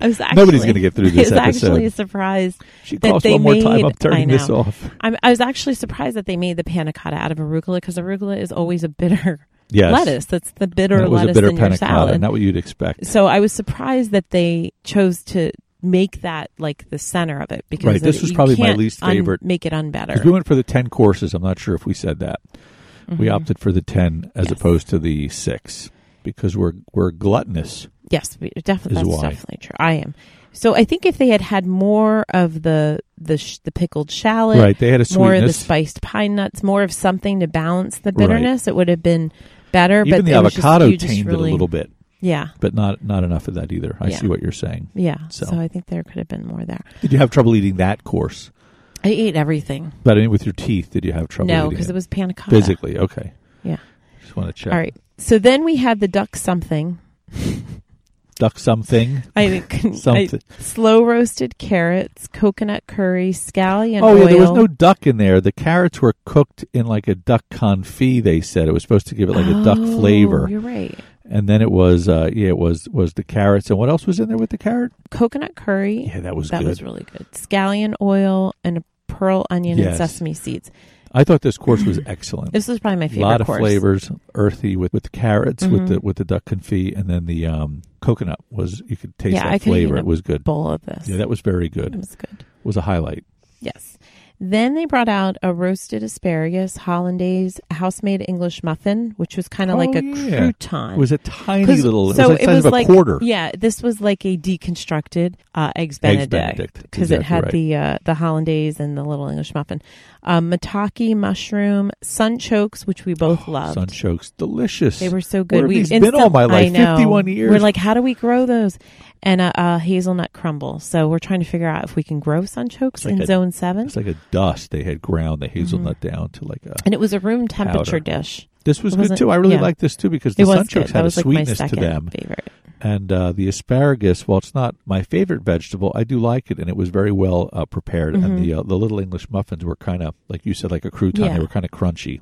Speaker 1: I was actually,
Speaker 2: Nobody's going to get through this
Speaker 1: I was
Speaker 2: episode.
Speaker 1: actually surprised.
Speaker 2: she
Speaker 1: that
Speaker 2: costs
Speaker 1: they
Speaker 2: one more time.
Speaker 1: made-
Speaker 2: I'm turning
Speaker 1: I
Speaker 2: this
Speaker 1: know.
Speaker 2: off.
Speaker 1: I'm, I was actually surprised that they made the panna cotta out of arugula because arugula is always a bitter
Speaker 2: Yes.
Speaker 1: lettuce. That's the
Speaker 2: And
Speaker 1: bitter
Speaker 2: it was
Speaker 1: lettuce
Speaker 2: a bitter
Speaker 1: in your
Speaker 2: panna cotta,
Speaker 1: salad.
Speaker 2: not what you'd expect.
Speaker 1: So I was surprised that they chose to make that like the center of it because
Speaker 2: Right, this
Speaker 1: it-
Speaker 2: was
Speaker 1: you
Speaker 2: probably my
Speaker 1: can't
Speaker 2: least
Speaker 1: un-
Speaker 2: favorite.
Speaker 1: make it
Speaker 2: 'Cause
Speaker 1: unbetter.
Speaker 2: we went for the 10 courses. I'm not sure if we said that. We opted for the 10 as
Speaker 1: Mm-hmm. Yes.
Speaker 2: opposed to the 6 because we're we're gluttonous.
Speaker 1: Yes, we- definitely.
Speaker 2: Is
Speaker 1: That's
Speaker 2: why.
Speaker 1: definitely true. I am. So I think if they had had more of the the sh- the pickled shallot,
Speaker 2: right. They had a
Speaker 1: more of the
Speaker 2: sweetness.
Speaker 1: spiced pine nuts, more of something to balance the
Speaker 2: Right.
Speaker 1: bitterness, it would have been better.
Speaker 2: Even
Speaker 1: but
Speaker 2: the
Speaker 1: it was just-
Speaker 2: avocado
Speaker 1: you just
Speaker 2: tainted
Speaker 1: really-
Speaker 2: a little bit,
Speaker 1: Yeah,
Speaker 2: but not not enough of that either. I
Speaker 1: Yeah.
Speaker 2: see what you're saying.
Speaker 1: yeah.
Speaker 2: So.
Speaker 1: So. I think there could have been more there.
Speaker 2: Did you have trouble eating that course?
Speaker 1: I ate everything.
Speaker 2: But I mean, with your teeth, did you have trouble?
Speaker 1: no,
Speaker 2: eating
Speaker 1: because it was panna cotta.
Speaker 2: physically. Okay.
Speaker 1: Yeah.
Speaker 2: Just want to check.
Speaker 1: All right. So then we had the duck something.
Speaker 2: Duck something.
Speaker 1: I couldn't. I,
Speaker 2: Something.
Speaker 1: slow roasted carrots, coconut curry, scallion
Speaker 2: oh
Speaker 1: oil.
Speaker 2: yeah, there was no duck in there. The carrots were cooked in like a duck confit. They said it was supposed to give it like a duck
Speaker 1: Oh,
Speaker 2: flavor,
Speaker 1: You're right.
Speaker 2: and then it was uh, yeah, it was was the carrots. And what else was in there with the carrot?
Speaker 1: Coconut curry.
Speaker 2: Yeah, that was
Speaker 1: that
Speaker 2: good.
Speaker 1: was really good. Scallion oil and a pearl onion and
Speaker 2: Yes.
Speaker 1: sesame seeds.
Speaker 2: I thought this course was excellent.
Speaker 1: This was probably my
Speaker 2: a
Speaker 1: favorite
Speaker 2: lot of
Speaker 1: course.
Speaker 2: flavors, earthy with with the carrots, with
Speaker 1: Mhm.
Speaker 2: the with the duck confit, and then the um, coconut was you could taste
Speaker 1: Yeah,
Speaker 2: that
Speaker 1: I could eat Mm-hmm.
Speaker 2: flavor.
Speaker 1: a
Speaker 2: It was good.
Speaker 1: Bowl of this.
Speaker 2: Yeah, that was very good.
Speaker 1: It was good.
Speaker 2: was a highlight.
Speaker 1: Yes. Then they brought out a roasted asparagus, hollandaise, a house-made English muffin, which was kind of
Speaker 2: Oh,
Speaker 1: like a
Speaker 2: yeah.
Speaker 1: crouton.
Speaker 2: It was a tiny
Speaker 1: 'Cause-
Speaker 2: little.
Speaker 1: so
Speaker 2: it was like the size of a
Speaker 1: like-
Speaker 2: quarter.
Speaker 1: Yeah, this was like a deconstructed uh, eggs Benedict
Speaker 2: Benedict,
Speaker 1: because
Speaker 2: exactly
Speaker 1: it had
Speaker 2: right.
Speaker 1: the uh, the hollandaise and the little English muffin, um, mataki mushroom, sunchokes, which we both loved.
Speaker 2: Sunchokes, delicious.
Speaker 1: uh, They were so
Speaker 2: Oh, Where
Speaker 1: good.
Speaker 2: have
Speaker 1: We
Speaker 2: these
Speaker 1: instant-
Speaker 2: been all my
Speaker 1: I
Speaker 2: life?
Speaker 1: know.
Speaker 2: 51 years.
Speaker 1: We're like, how do we grow those? And a, a hazelnut crumble. So we're trying to figure out if we can grow sunchokes
Speaker 2: like
Speaker 1: in
Speaker 2: a-
Speaker 1: zone seven.
Speaker 2: it's like a dust. They had ground the hazelnut down to like a.
Speaker 1: And it was a room temperature
Speaker 2: Powder.
Speaker 1: dish.
Speaker 2: This was
Speaker 1: Mm-hmm. It
Speaker 2: good
Speaker 1: wasn't-
Speaker 2: too. I really
Speaker 1: yeah.
Speaker 2: liked this too because the
Speaker 1: It was good.
Speaker 2: sunchokes
Speaker 1: That
Speaker 2: had a
Speaker 1: was like my
Speaker 2: sweetness to
Speaker 1: second
Speaker 2: them,
Speaker 1: favorite.
Speaker 2: and uh, the asparagus. While it's not my favorite vegetable, I do like it, and it was very well uh, prepared. And the uh, the little English muffins were kind of like you said, like a crouton.
Speaker 1: Mm-hmm. Yeah.
Speaker 2: They were kind of crunchy,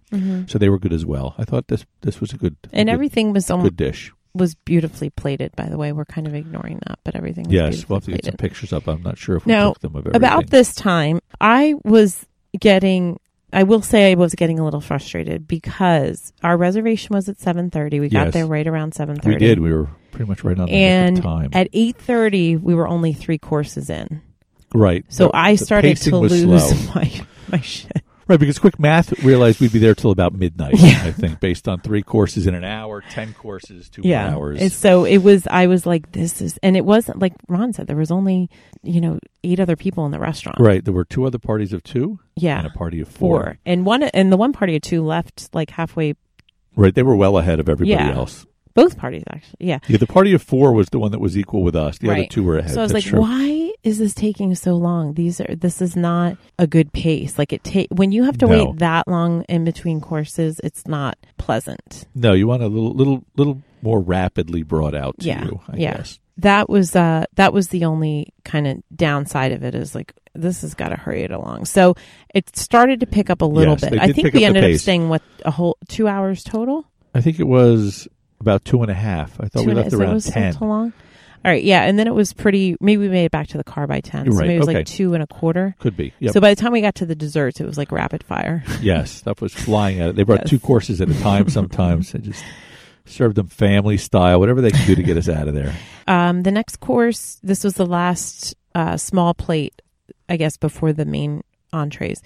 Speaker 2: so they were good as well. I thought this this was a good a
Speaker 1: And
Speaker 2: good,
Speaker 1: everything was almost
Speaker 2: good dish.
Speaker 1: was beautifully plated. By the way, we're kind of ignoring that, but everything. Was
Speaker 2: Yes, we'll have to
Speaker 1: beautifully
Speaker 2: get some
Speaker 1: plated.
Speaker 2: pictures up. I'm not sure if we
Speaker 1: Now,
Speaker 2: took them of everything.
Speaker 1: About this time, I was getting. I will say I was getting a little frustrated because our reservation was at seven thirty. We
Speaker 2: Yes.
Speaker 1: got there right around seven thirty.
Speaker 2: we did. We were pretty much right on the nick
Speaker 1: and
Speaker 2: of time.
Speaker 1: at eight thirty, we were only three courses in.
Speaker 2: right.
Speaker 1: So
Speaker 2: The-
Speaker 1: I
Speaker 2: the
Speaker 1: started
Speaker 2: pacing
Speaker 1: to
Speaker 2: was
Speaker 1: lose
Speaker 2: slow.
Speaker 1: my my shit.
Speaker 2: Right, because quick math realized we'd be there till about midnight.
Speaker 1: Yeah.
Speaker 2: I think, based on three courses in an hour, ten courses, two
Speaker 1: Yeah.
Speaker 2: hours.
Speaker 1: And so it was. I was like, this is, and it wasn't like Ron said. There was only you know eight other people in the restaurant.
Speaker 2: right. There were two other parties of two
Speaker 1: Yeah.
Speaker 2: and a party of four.
Speaker 1: four. and one and the one party of two left like halfway.
Speaker 2: Right. They were well ahead of everybody
Speaker 1: Yeah.
Speaker 2: else.
Speaker 1: Both parties actually, yeah.
Speaker 2: Yeah, the party of four was the one that was equal with us. The other
Speaker 1: Right.
Speaker 2: two were ahead.
Speaker 1: So I was
Speaker 2: That's
Speaker 1: like,
Speaker 2: true.
Speaker 1: why is this taking so long? These are this is not a good pace. Like it take when you have to
Speaker 2: No.
Speaker 1: wait that long in between courses, it's not pleasant.
Speaker 2: No, you want a little, little, little more rapidly brought out to
Speaker 1: Yeah.
Speaker 2: you. I
Speaker 1: Yeah.
Speaker 2: guess.
Speaker 1: That was uh that was the only kind of downside of it is like this has got to hurry it along. So it started to pick up a little
Speaker 2: Yes, they
Speaker 1: bit. I
Speaker 2: did
Speaker 1: think
Speaker 2: pick
Speaker 1: we
Speaker 2: up the
Speaker 1: ended up
Speaker 2: pace.
Speaker 1: staying what a whole two hours total.
Speaker 2: I think it was about two and a half. I thought
Speaker 1: Two
Speaker 2: we
Speaker 1: and a-
Speaker 2: left
Speaker 1: so it
Speaker 2: around
Speaker 1: was still
Speaker 2: ten.
Speaker 1: too long. All right, yeah, and then it was pretty. Maybe we made it back to the car by ten. So
Speaker 2: Right,
Speaker 1: maybe it was
Speaker 2: okay.
Speaker 1: like two and a quarter.
Speaker 2: Could be. Yep.
Speaker 1: So by the time we got to the desserts, it was like rapid fire.
Speaker 2: yes, stuff was flying at it. They brought
Speaker 1: Yes.
Speaker 2: two courses at a time sometimes and just served them family style, whatever they could do to get us out of there.
Speaker 1: Um, the next course, this was the last uh, small plate, I guess, before the main entrees.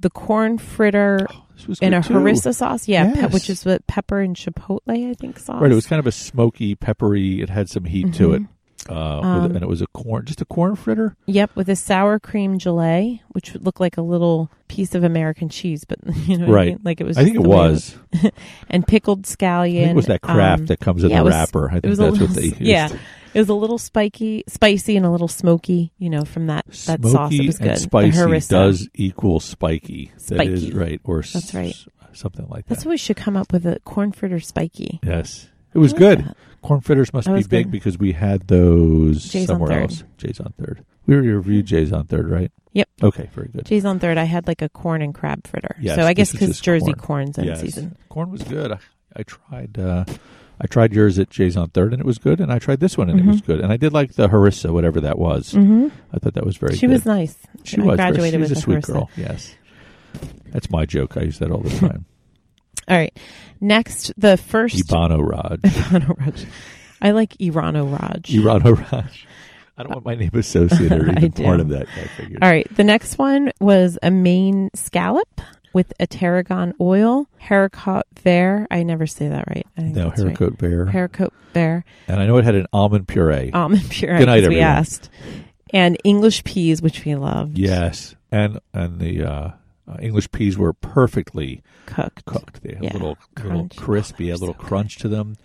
Speaker 1: The corn fritter
Speaker 2: This was
Speaker 1: in
Speaker 2: good
Speaker 1: a
Speaker 2: too.
Speaker 1: harissa sauce, yeah, pe-
Speaker 2: Yes.
Speaker 1: which is with pepper and chipotle, I think sauce. Mm-hmm.
Speaker 2: Right, it was kind of a smoky, peppery. It had some heat to it, uh, with-
Speaker 1: Um,
Speaker 2: and it was a corn, just a corn fritter.
Speaker 1: Yep, with a sour cream gelée, which would look like a little piece of American cheese, but you know, what I
Speaker 2: Right.
Speaker 1: mean? like it was.
Speaker 2: I think it
Speaker 1: just the way
Speaker 2: was.
Speaker 1: and pickled
Speaker 2: I
Speaker 1: scallion.
Speaker 2: think it was that craft
Speaker 1: um,
Speaker 2: that comes in
Speaker 1: yeah,
Speaker 2: the
Speaker 1: it was-
Speaker 2: wrapper. I
Speaker 1: it
Speaker 2: think
Speaker 1: was
Speaker 2: that's
Speaker 1: a little,
Speaker 2: what they used.
Speaker 1: yeah, it was a little spiky, spicy, and a little smoky. You know, from that that
Speaker 2: Smoky
Speaker 1: sauce, it was good.
Speaker 2: and
Speaker 1: The
Speaker 2: spicy
Speaker 1: harissa.
Speaker 2: does equal spiky. That is
Speaker 1: Spiky.
Speaker 2: right, or s-
Speaker 1: That's right.
Speaker 2: something like that.
Speaker 1: That's what we should come up with a corn fritter spiky.
Speaker 2: Yes. It was
Speaker 1: like
Speaker 2: good.
Speaker 1: that.
Speaker 2: Corn fritters must
Speaker 1: That
Speaker 2: be
Speaker 1: was
Speaker 2: big
Speaker 1: good.
Speaker 2: because we had those
Speaker 1: Jay's on
Speaker 2: somewhere
Speaker 1: Third.
Speaker 2: else. Jay's on third. We already reviewed Jay's on third, right?
Speaker 1: Yep.
Speaker 2: Okay, very good.
Speaker 1: Jay's on third. I had like a corn and crab fritter.
Speaker 2: Yes,
Speaker 1: so I
Speaker 2: this
Speaker 1: guess
Speaker 2: was
Speaker 1: because
Speaker 2: just
Speaker 1: Jersey
Speaker 2: corn.
Speaker 1: corn's in
Speaker 2: Yes.
Speaker 1: season.
Speaker 2: Corn was good. I, I tried uh, I tried yours at Jay's on Third, and it was good. And I tried this one, and
Speaker 1: Mhm.
Speaker 2: it was good. And I did like the Harissa, whatever that was.
Speaker 1: Mm-hmm.
Speaker 2: I thought that was very.
Speaker 1: She
Speaker 2: good.
Speaker 1: was nice.
Speaker 2: She
Speaker 1: I
Speaker 2: was. very-
Speaker 1: graduated with
Speaker 2: she's a
Speaker 1: the
Speaker 2: sweet
Speaker 1: Harissa.
Speaker 2: girl. Yes, that's my joke. I use that all the time.
Speaker 1: All right. Next, the first.
Speaker 2: Ibano Raj.
Speaker 1: Irano Raj. I like Irano Raj.
Speaker 2: Ibano Raj. I don't want my name associated or
Speaker 1: I
Speaker 2: even
Speaker 1: do.
Speaker 2: part of that. I figured.
Speaker 1: All right. The next one was a Maine scallop with a tarragon oil, haricot vert. I never say that right. I think
Speaker 2: No,
Speaker 1: that's right.
Speaker 2: Haricot Bear.
Speaker 1: Haricot Um, vert,
Speaker 2: and I know it had an almond puree.
Speaker 1: almond puree.
Speaker 2: Good night,
Speaker 1: as we
Speaker 2: everyone.
Speaker 1: asked. And English peas, which we loved.
Speaker 2: Yes, and and the uh, uh, English peas were perfectly
Speaker 1: Cooked.
Speaker 2: cooked. They had
Speaker 1: Yeah,
Speaker 2: a little little
Speaker 1: crunch.
Speaker 2: crispy,
Speaker 1: Oh,
Speaker 2: a
Speaker 1: they're
Speaker 2: little
Speaker 1: so good.
Speaker 2: crunch to them,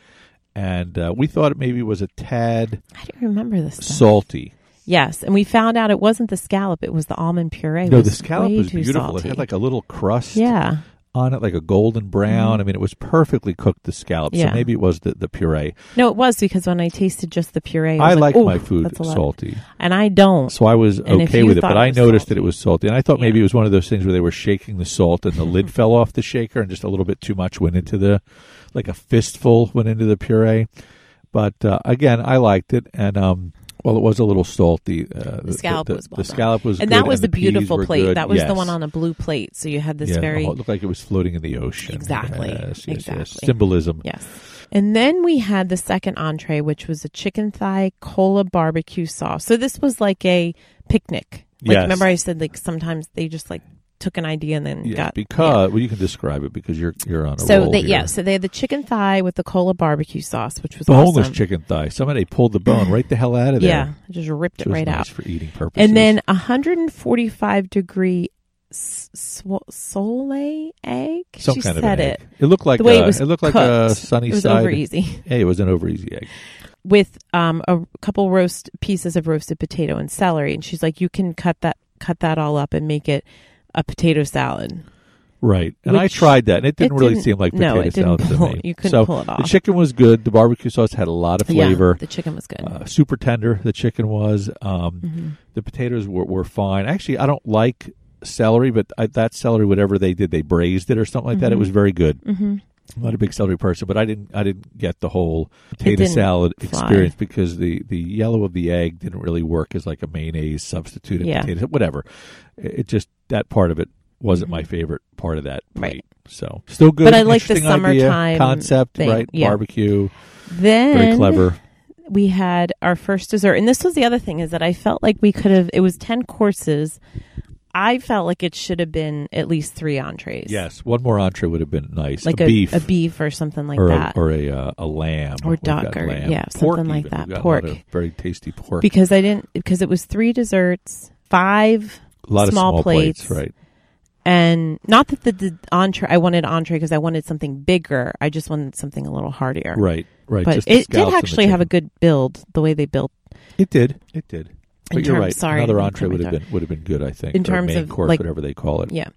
Speaker 2: and uh, we thought it maybe was a tad
Speaker 1: I didn't remember this. Stuff.
Speaker 2: salty.
Speaker 1: Yes, and we found out it wasn't the scallop; it was the almond puree. It
Speaker 2: no,
Speaker 1: was
Speaker 2: the scallop
Speaker 1: way
Speaker 2: was
Speaker 1: too
Speaker 2: beautiful.
Speaker 1: Salty.
Speaker 2: It had like a little crust
Speaker 1: yeah, Mm-hmm.
Speaker 2: on it, like a golden brown. I mean, it was perfectly cooked. The scallop,
Speaker 1: Yeah.
Speaker 2: so maybe it was the, the puree.
Speaker 1: no, it was because when I tasted just the puree,
Speaker 2: I
Speaker 1: was
Speaker 2: like
Speaker 1: "Ooh,
Speaker 2: my food
Speaker 1: that's a lot."
Speaker 2: salty,
Speaker 1: and I don't.
Speaker 2: so I was
Speaker 1: And if
Speaker 2: okay
Speaker 1: you
Speaker 2: with it.
Speaker 1: thought
Speaker 2: But
Speaker 1: it
Speaker 2: I
Speaker 1: was
Speaker 2: noticed that
Speaker 1: salty.
Speaker 2: it was salty, and I thought maybe
Speaker 1: Yeah.
Speaker 2: it was one of those things where they were shaking the salt and the lid fell off the shaker, and just a little bit too much went into the, like a fistful went into the puree. But uh, again, I liked it, and um, well, it was a little salty. Uh,
Speaker 1: The scallop was well
Speaker 2: the
Speaker 1: done.
Speaker 2: scallop was,
Speaker 1: And
Speaker 2: good,
Speaker 1: that was
Speaker 2: the
Speaker 1: the beautiful
Speaker 2: peas were
Speaker 1: plate.
Speaker 2: good.
Speaker 1: That was the
Speaker 2: Yes.
Speaker 1: one on a blue plate. So you had this
Speaker 2: Yeah,
Speaker 1: very
Speaker 2: oh, it looked like it was floating in the ocean.
Speaker 1: Exactly,
Speaker 2: Yes, yes, yes.
Speaker 1: exactly.
Speaker 2: Symbolism.
Speaker 1: yes. And then we had the second entree, which was a chicken thigh cola barbecue sauce. So this was like a picnic. Like
Speaker 2: Yes.
Speaker 1: remember I said like sometimes they just like took an idea and then
Speaker 2: Yes,
Speaker 1: got
Speaker 2: because well, you can describe it because you're you're on a
Speaker 1: So
Speaker 2: roll
Speaker 1: they,
Speaker 2: here.
Speaker 1: yeah, so they had the chicken thigh with the cola barbecue sauce, which was
Speaker 2: boneless
Speaker 1: awesome.
Speaker 2: chicken thigh. Somebody pulled the bone right the hell out of there.
Speaker 1: Yeah, I just ripped
Speaker 2: Which
Speaker 1: it
Speaker 2: was
Speaker 1: right
Speaker 2: nice
Speaker 1: out.
Speaker 2: for eating purposes.
Speaker 1: And then 145 degree s- sw- sole egg.
Speaker 2: some
Speaker 1: she
Speaker 2: kind of
Speaker 1: said
Speaker 2: an
Speaker 1: it.
Speaker 2: egg. It looked like
Speaker 1: The way
Speaker 2: a,
Speaker 1: it was
Speaker 2: looked like a
Speaker 1: cooked,
Speaker 2: sunny
Speaker 1: It was
Speaker 2: side.
Speaker 1: over easy
Speaker 2: Hey, it was an over easy egg.
Speaker 1: with um, a couple roast pieces of roasted potato and celery. And she's like, you can cut that cut that all up and make it a potato salad.
Speaker 2: Right. And I
Speaker 1: Which-
Speaker 2: tried that, and it didn't
Speaker 1: it
Speaker 2: really
Speaker 1: didn't-
Speaker 2: seem like potato
Speaker 1: no, it didn't
Speaker 2: salad to
Speaker 1: pull-
Speaker 2: me.
Speaker 1: you couldn't
Speaker 2: so
Speaker 1: pull it
Speaker 2: the
Speaker 1: off.
Speaker 2: chicken was good. The barbecue sauce had a lot of flavor.
Speaker 1: Yeah, the chicken was good. Mm-hmm.
Speaker 2: uh, super tender. The chicken was. Um, The potatoes were, were fine. Actually, I don't like celery, but I, that celery, whatever they did, they braised it or something like that. It was very good.
Speaker 1: hmm
Speaker 2: I'm not a big celery person, but I didn't I didn't get the whole potato
Speaker 1: didn't
Speaker 2: salad
Speaker 1: fly.
Speaker 2: experience because the the yellow of the egg didn't really work as like a mayonnaise substitute. in
Speaker 1: Yeah.
Speaker 2: potatoes, whatever. It it just that part of it wasn't my favorite part of that.
Speaker 1: Mm-hmm. Right.
Speaker 2: plate. So still good.
Speaker 1: But I like the
Speaker 2: interesting idea,
Speaker 1: summertime
Speaker 2: concept,
Speaker 1: thing.
Speaker 2: right?
Speaker 1: Yeah.
Speaker 2: Barbecue,
Speaker 1: Then
Speaker 2: very clever.
Speaker 1: we had our first dessert and this was the other thing is that i felt like we could have it was 10 courses i felt like it should have been at least three entrees
Speaker 2: Yes, one more entree would have been nice.
Speaker 1: like
Speaker 2: a,
Speaker 1: a,
Speaker 2: beef,
Speaker 1: a beef or something like
Speaker 2: or
Speaker 1: that
Speaker 2: a, or a uh, a lamb,
Speaker 1: Or
Speaker 2: We've got
Speaker 1: duck or-
Speaker 2: lamb.
Speaker 1: yeah,
Speaker 2: pork
Speaker 1: something like
Speaker 2: even.
Speaker 1: that.
Speaker 2: We've got a lot
Speaker 1: Pork.
Speaker 2: of very tasty pork.
Speaker 1: because i didn't because it was three desserts five
Speaker 2: a lot
Speaker 1: small
Speaker 2: of small plates,
Speaker 1: plates.
Speaker 2: right?
Speaker 1: and not that the, the entree i wanted entree because i wanted something bigger i just wanted something a little heartier
Speaker 2: Right, right.
Speaker 1: but
Speaker 2: just the
Speaker 1: it
Speaker 2: scallops
Speaker 1: did
Speaker 2: and the
Speaker 1: actually have a
Speaker 2: chicken.
Speaker 1: good build the way they built
Speaker 2: It did. It did. But
Speaker 1: In
Speaker 2: you're
Speaker 1: terms-
Speaker 2: right.
Speaker 1: sorry,
Speaker 2: Another
Speaker 1: I
Speaker 2: entree
Speaker 1: can't
Speaker 2: would have
Speaker 1: remember.
Speaker 2: been would have been good, I think.
Speaker 1: In
Speaker 2: or
Speaker 1: terms
Speaker 2: main
Speaker 1: of,
Speaker 2: course,
Speaker 1: like-
Speaker 2: whatever they call it.
Speaker 1: yeah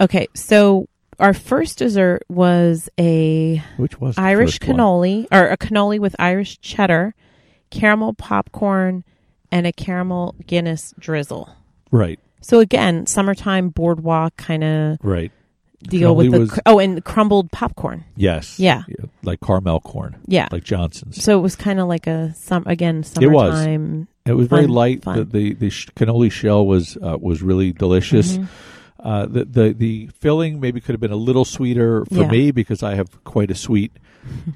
Speaker 1: okay so our first dessert was a
Speaker 2: Which was the
Speaker 1: Irish
Speaker 2: first one?
Speaker 1: cannoli or a cannoli with Irish cheddar, caramel popcorn, and a caramel Guinness drizzle.
Speaker 2: Right,
Speaker 1: So again, summertime boardwalk kind of
Speaker 2: right.
Speaker 1: deal
Speaker 2: Cannoli
Speaker 1: with the
Speaker 2: was-
Speaker 1: cr- oh, and crumbled popcorn.
Speaker 2: Yes.
Speaker 1: Yeah.
Speaker 2: Like Carmel corn,
Speaker 1: Yeah.
Speaker 2: like Johnson's.
Speaker 1: so it was kind of like a some again
Speaker 2: It was.
Speaker 1: summertime.
Speaker 2: It was very
Speaker 1: Fun,
Speaker 2: light.
Speaker 1: fun.
Speaker 2: The the, the sh- cannoli shell was uh, was really
Speaker 1: Mm-hmm.
Speaker 2: delicious. Uh, the, the the filling maybe could have been a little sweeter for
Speaker 1: Yeah.
Speaker 2: me because I have quite a sweet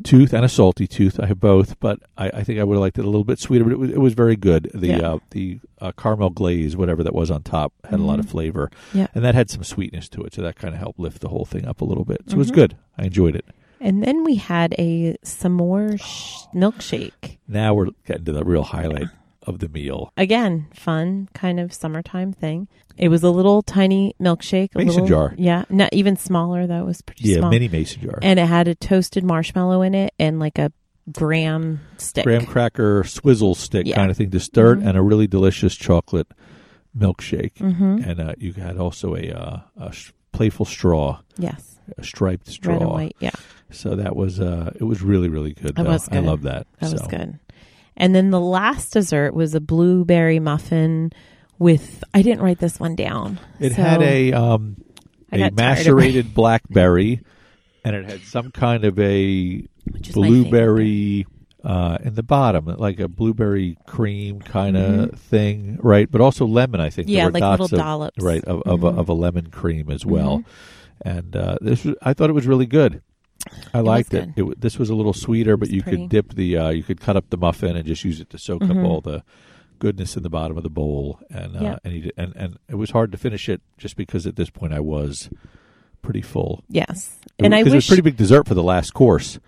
Speaker 2: tooth and a salty tooth. I have both, but I, I think I would have liked it a little bit sweeter. But it was, it was very good. The
Speaker 1: Yeah.
Speaker 2: uh, the uh, caramel glaze, whatever that was on top, had a lot of flavor.
Speaker 1: Mm-hmm. Yeah.
Speaker 2: and that had some sweetness to it, so that kind of helped lift the whole thing up a little bit. So it was
Speaker 1: Mm-hmm.
Speaker 2: good. I enjoyed it.
Speaker 1: And then we had a s'more sh- milkshake.
Speaker 2: Now we're getting to the real highlight of the meal.
Speaker 1: Again, fun kind of summertime thing. It was a little tiny milkshake, a
Speaker 2: Mason
Speaker 1: little,
Speaker 2: jar.
Speaker 1: Yeah, not even smaller. That was pretty
Speaker 2: Yeah,
Speaker 1: small.
Speaker 2: mini mason jar.
Speaker 1: and it had a toasted marshmallow in it and like a graham stick.
Speaker 2: graham cracker swizzle stick
Speaker 1: Yeah. Mm-hmm.
Speaker 2: kind of thing to stir it, and a really delicious chocolate milkshake.
Speaker 1: hmm
Speaker 2: And uh, you had also a, uh, a sh- playful straw,
Speaker 1: Yes,
Speaker 2: a striped straw.
Speaker 1: red and white. Yeah,
Speaker 2: So that was uh, it was really really good.
Speaker 1: That
Speaker 2: though.
Speaker 1: was
Speaker 2: I
Speaker 1: good.
Speaker 2: love that.
Speaker 1: that was
Speaker 2: So-
Speaker 1: good. And then the last dessert was a blueberry muffin with I didn't write this one down.
Speaker 2: It
Speaker 1: So
Speaker 2: had a um,
Speaker 1: I got
Speaker 2: a
Speaker 1: tired of my-
Speaker 2: macerated blackberry, and it had some kind of a
Speaker 1: which is my favorite.
Speaker 2: blueberry uh, in the bottom, like a blueberry cream kind of thing, right? But also lemon, I think. There
Speaker 1: Mm-hmm. Yeah,
Speaker 2: were
Speaker 1: like
Speaker 2: dots
Speaker 1: little Mm-hmm.
Speaker 2: of-
Speaker 1: dollops. Mm-hmm.
Speaker 2: right of of, a, of a lemon cream as well. And uh, this, was, I thought it was really good. I liked it.
Speaker 1: good.
Speaker 2: it. wa- This was a little sweeter, but
Speaker 1: was
Speaker 2: you
Speaker 1: pretty. Mm-hmm.
Speaker 2: could dip the, uh, you could cut up the muffin and just use it to soak up all the goodness in the bottom of the bowl. And uh,
Speaker 1: Yeah.
Speaker 2: and, eat it. and and it was hard to finish it just because at this point I was pretty full.
Speaker 1: Yes, and I
Speaker 2: Because it was
Speaker 1: wish
Speaker 2: pretty big dessert for the last course.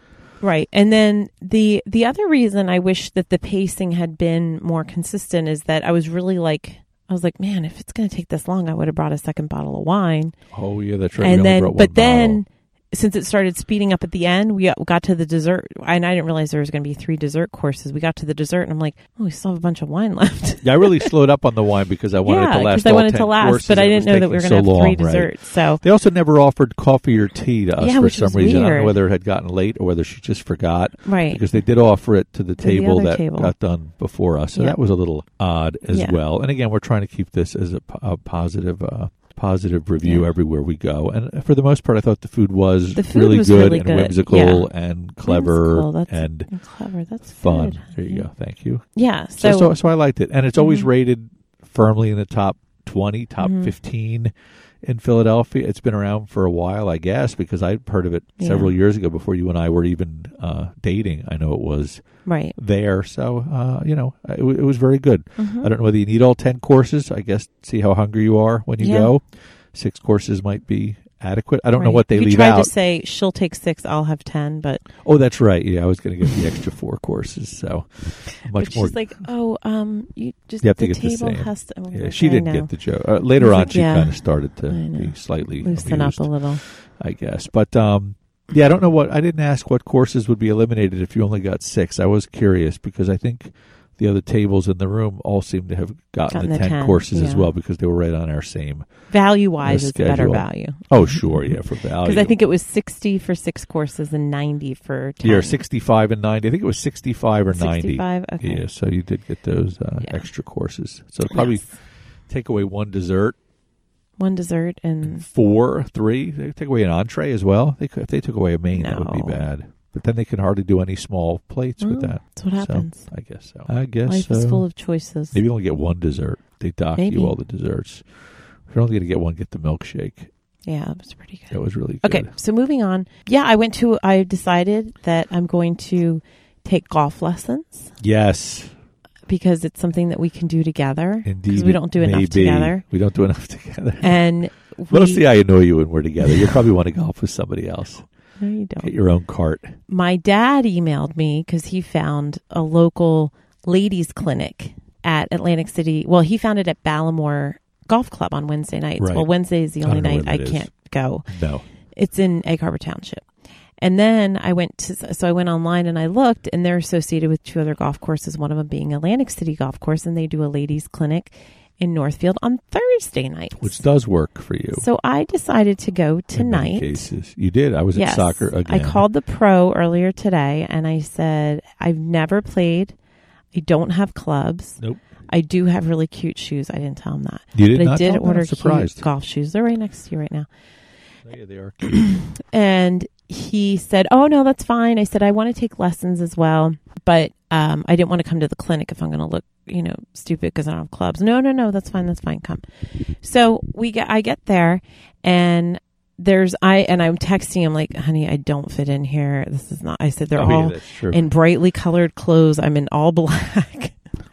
Speaker 1: right. And then the the other reason I wish that the pacing had been more consistent is that I was really like I was like, man, if it's going to take this long, I would have brought a second bottle of wine.
Speaker 2: Oh yeah, that's right. We
Speaker 1: and
Speaker 2: only
Speaker 1: then,
Speaker 2: brought one
Speaker 1: but
Speaker 2: bottle.
Speaker 1: then. Since it started speeding up at the end, we got to the dessert, and I didn't realize there was going to be three dessert courses. We got to the dessert, and I'm like, "Oh, we still have a bunch of wine left."
Speaker 2: Yeah, I really slowed up on the wine because I wanted it to
Speaker 1: yeah,
Speaker 2: last.
Speaker 1: I
Speaker 2: all
Speaker 1: wanted
Speaker 2: 10
Speaker 1: to last,
Speaker 2: courses
Speaker 1: but
Speaker 2: and
Speaker 1: I
Speaker 2: it
Speaker 1: didn't
Speaker 2: was
Speaker 1: know that we were going
Speaker 2: taking
Speaker 1: to
Speaker 2: so
Speaker 1: have three
Speaker 2: long, right?
Speaker 1: desserts. So
Speaker 2: They also never offered coffee or tea to us
Speaker 1: Yeah,
Speaker 2: for
Speaker 1: which
Speaker 2: some
Speaker 1: was
Speaker 2: reason. I don't know
Speaker 1: weird.
Speaker 2: whether it had gotten late or whether she just forgot
Speaker 1: right,
Speaker 2: because they did offer it to the
Speaker 1: the
Speaker 2: table
Speaker 1: other
Speaker 2: that
Speaker 1: table.
Speaker 2: got done before us. So
Speaker 1: Yeah.
Speaker 2: that was a little odd as
Speaker 1: Yeah.
Speaker 2: well. And again, we're trying to keep this as a, po- a positive. Uh, Positive review
Speaker 1: Yeah.
Speaker 2: everywhere we go, and for the most part, I thought the food was
Speaker 1: The food
Speaker 2: really
Speaker 1: was
Speaker 2: good
Speaker 1: really
Speaker 2: and
Speaker 1: good.
Speaker 2: whimsical and clever
Speaker 1: Whimsical, that's
Speaker 2: and
Speaker 1: Oh, clever. That's
Speaker 2: fun.
Speaker 1: good,
Speaker 2: There you
Speaker 1: honey.
Speaker 2: go. Thank you.
Speaker 1: Yeah.
Speaker 2: So,
Speaker 1: So,
Speaker 2: so, so I liked it, and it's always
Speaker 1: Mhm.
Speaker 2: rated firmly in the top twenty, top
Speaker 1: Mhm.
Speaker 2: fifteen in Philadelphia. It's been around for a while, I guess, because I heard of it several years ago before you and I were even uh, dating. I know it was
Speaker 1: right.
Speaker 2: there, so uh, you know it, w- it was very good.
Speaker 1: Mhm.
Speaker 2: I don't know whether you need all ten courses. I guess see how hungry you are when you
Speaker 1: Yeah.
Speaker 2: go. Six courses might be adequate. I don't know
Speaker 1: Right.
Speaker 2: what they
Speaker 1: you
Speaker 2: leave
Speaker 1: tried
Speaker 2: out.
Speaker 1: to say she'll take six, I'll have ten, but
Speaker 2: oh, that's right. Yeah, I was going to get the extra four courses, so much
Speaker 1: but
Speaker 2: more.
Speaker 1: she's like, oh, um, you just
Speaker 2: You have to
Speaker 1: the
Speaker 2: get the
Speaker 1: table
Speaker 2: same.
Speaker 1: has to. I'm
Speaker 2: Yeah,
Speaker 1: like,
Speaker 2: she
Speaker 1: I
Speaker 2: didn't
Speaker 1: know.
Speaker 2: get the joke. Uh, later
Speaker 1: It's
Speaker 2: on,
Speaker 1: like,
Speaker 2: she
Speaker 1: yeah.
Speaker 2: kind of started to
Speaker 1: I know.
Speaker 2: be slightly
Speaker 1: loosen
Speaker 2: amused,
Speaker 1: up a little.
Speaker 2: I guess. But um, yeah, I don't know what I didn't ask what courses would be eliminated if you only got six. I was curious because I think the other tables in the room all seemed to have gotten,
Speaker 1: Gotten
Speaker 2: the,
Speaker 1: the
Speaker 2: ten,
Speaker 1: 10,
Speaker 2: courses as
Speaker 1: yeah.
Speaker 2: well because they were right on our same.
Speaker 1: Value wise,
Speaker 2: The
Speaker 1: it's better
Speaker 2: schedule.
Speaker 1: value
Speaker 2: Oh, sure, yeah, for value.
Speaker 1: because I think it was sixty for six courses and ninety for ten.
Speaker 2: you're sixty-five and ninety. I think it was sixty-five or ninety.
Speaker 1: Sixty-five. Okay.
Speaker 2: Yeah, so you did get those uh,
Speaker 1: Yeah.
Speaker 2: extra courses. So probably
Speaker 1: Yes.
Speaker 2: take away one dessert
Speaker 1: one dessert and
Speaker 2: four, three. They take away an entree as well. They could, if they took away a main, that would be
Speaker 1: No.
Speaker 2: bad. But then they can hardly do any small plates with
Speaker 1: Mm,
Speaker 2: that.
Speaker 1: that's what happens.
Speaker 2: I guess so. I guess
Speaker 1: Life
Speaker 2: so.
Speaker 1: is full of choices.
Speaker 2: Maybe you only get one dessert. They dock
Speaker 1: Maybe.
Speaker 2: you all the desserts. If you're only going to get one, get the milkshake.
Speaker 1: Yeah, it was pretty good.
Speaker 2: That was really good.
Speaker 1: Okay, so moving on. Yeah, I went to. I decided that I'm going to take golf lessons
Speaker 2: Yes,
Speaker 1: because it's something that we can do together.
Speaker 2: indeed.
Speaker 1: we don't do enough
Speaker 2: Maybe.
Speaker 1: together.
Speaker 2: We don't do enough together.
Speaker 1: And we,
Speaker 2: Mostly, I annoy you when we're together. You probably want to golf with somebody else.
Speaker 1: no, you
Speaker 2: Get
Speaker 1: don't.
Speaker 2: your own cart.
Speaker 1: My dad emailed me because he found a local ladies' clinic at Atlantic City. Well, he found it at Ballamore Golf Club on Wednesday nights.
Speaker 2: Right.
Speaker 1: Well, Wednesday is the
Speaker 2: I don't
Speaker 1: only
Speaker 2: know
Speaker 1: night
Speaker 2: where
Speaker 1: I
Speaker 2: that is.
Speaker 1: can't go.
Speaker 2: No,
Speaker 1: It's in Egg Harbor Township. And then I went to, so I went online and I looked, and they're associated with two other golf courses, one of them being Atlantic City Golf Course, and they do a ladies' clinic in Northfield on Thursday nights.
Speaker 2: which does work for you.
Speaker 1: so I decided to go
Speaker 2: in
Speaker 1: tonight.
Speaker 2: many cases, you did. I was at soccer again.
Speaker 1: I called the pro earlier today and I said, I've never played. I don't have clubs.
Speaker 2: Nope.
Speaker 1: I do have really cute shoes. I didn't tell him that.
Speaker 2: You did
Speaker 1: but
Speaker 2: not
Speaker 1: I did
Speaker 2: tell them?
Speaker 1: order
Speaker 2: I'm surprised.
Speaker 1: cute golf shoes. They're right next to you right now.
Speaker 2: Oh, yeah, they are.
Speaker 1: and he said, "Oh no, that's fine." I said, "I want to take lessons as well, but um, I didn't want to come to the clinic if I'm going to look, you know, stupid because I don't have clubs." No, no, no, that's fine, that's fine. Come. So we get, I get there, and there's I and I'm texting him like, "Honey, I don't fit in here. This is not." I said, "They're
Speaker 2: Oh, yeah,
Speaker 1: all
Speaker 2: that's true.
Speaker 1: in brightly colored clothes. I'm in all black."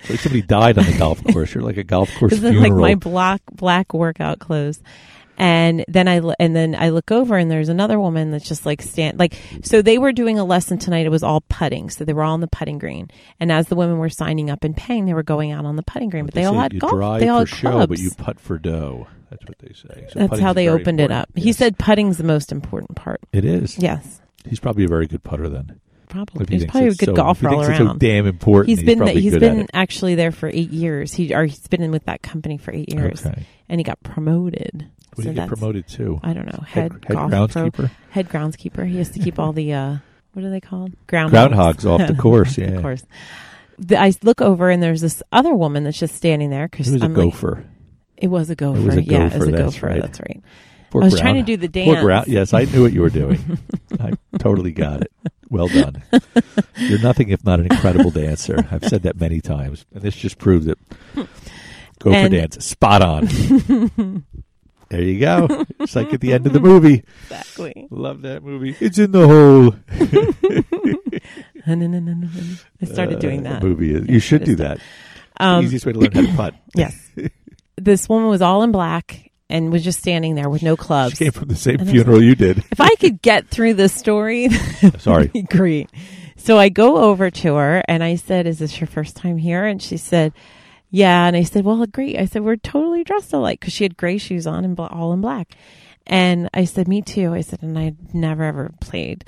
Speaker 2: Like somebody died on the golf course. You're like a golf course
Speaker 1: This is
Speaker 2: funeral.
Speaker 1: like my black black workout clothes. And then I l- and then I look over and there's another woman that's just like stand like so they were doing a lesson tonight. It was all putting, so they were all on the putting green. And as the women were signing up and paying, they were going out on the putting green, but they, all
Speaker 2: say
Speaker 1: had
Speaker 2: you
Speaker 1: golf.
Speaker 2: drive
Speaker 1: they all
Speaker 2: for
Speaker 1: had
Speaker 2: show,
Speaker 1: clubs.
Speaker 2: but you putt for dough. That's what they say. So
Speaker 1: that's
Speaker 2: putting's
Speaker 1: how they
Speaker 2: very
Speaker 1: opened it
Speaker 2: important.
Speaker 1: up. He
Speaker 2: Yes.
Speaker 1: said putting's the most important part.
Speaker 2: it is.
Speaker 1: Yes,
Speaker 2: He's probably a very good putter then.
Speaker 1: probably.
Speaker 2: If he
Speaker 1: He's
Speaker 2: thinks
Speaker 1: probably a
Speaker 2: it's
Speaker 1: good
Speaker 2: so,
Speaker 1: golfer
Speaker 2: if he
Speaker 1: all
Speaker 2: thinks it's so
Speaker 1: around.
Speaker 2: damn important.
Speaker 1: he's been
Speaker 2: probably
Speaker 1: he's
Speaker 2: good at
Speaker 1: been
Speaker 2: it.
Speaker 1: actually there for eight years. He or he's been in with that company for eight years,
Speaker 2: Okay.
Speaker 1: and he got promoted.
Speaker 2: What
Speaker 1: so
Speaker 2: did he get
Speaker 1: that's
Speaker 2: promoted to?
Speaker 1: I don't know head,
Speaker 2: head
Speaker 1: golf pro
Speaker 2: groundskeeper.
Speaker 1: head groundskeeper. He has to keep all the uh, what are they called? Groundhogs.
Speaker 2: Groundhogs off the course.
Speaker 1: Of
Speaker 2: Yeah,
Speaker 1: course. The, I look over and there's this other woman that's just standing there
Speaker 2: he
Speaker 1: because
Speaker 2: was a
Speaker 1: I'm like,
Speaker 2: gopher.
Speaker 1: it was a gopher.
Speaker 2: It was a
Speaker 1: yeah, it was
Speaker 2: gopher,
Speaker 1: a
Speaker 2: that's
Speaker 1: gopher.
Speaker 2: right.
Speaker 1: That's right.
Speaker 2: Poor
Speaker 1: I was
Speaker 2: Brown.
Speaker 1: trying to do the dance.
Speaker 2: Poor Brown. Yes, I knew what you were doing. I totally got it. Well done. You're nothing if not an incredible dancer. I've said that many times, and this just proved it. Go
Speaker 1: And-
Speaker 2: for dance. Spot on. there you go. It's like at the end of the movie.
Speaker 1: Exactly.
Speaker 2: Love that movie. It's in the hole.
Speaker 1: I started
Speaker 2: Uh,
Speaker 1: doing
Speaker 2: the
Speaker 1: that.
Speaker 2: movie is. You should do that.
Speaker 1: Um,
Speaker 2: Easiest way to learn how to putt.
Speaker 1: yes. This woman was all in black and was just standing there with no
Speaker 2: She
Speaker 1: clubs.
Speaker 2: came from the same
Speaker 1: And there's-
Speaker 2: funeral you did.
Speaker 1: If I could get through this story,
Speaker 2: Sorry.
Speaker 1: be great. So I go over to her and I said, Is this your first time here? And she said, Yeah. And I said, Well, great. I said, We're totally dressed alike because she had gray shoes on and bl- all in black. And I said, Me too. I said, And I'd never ever played.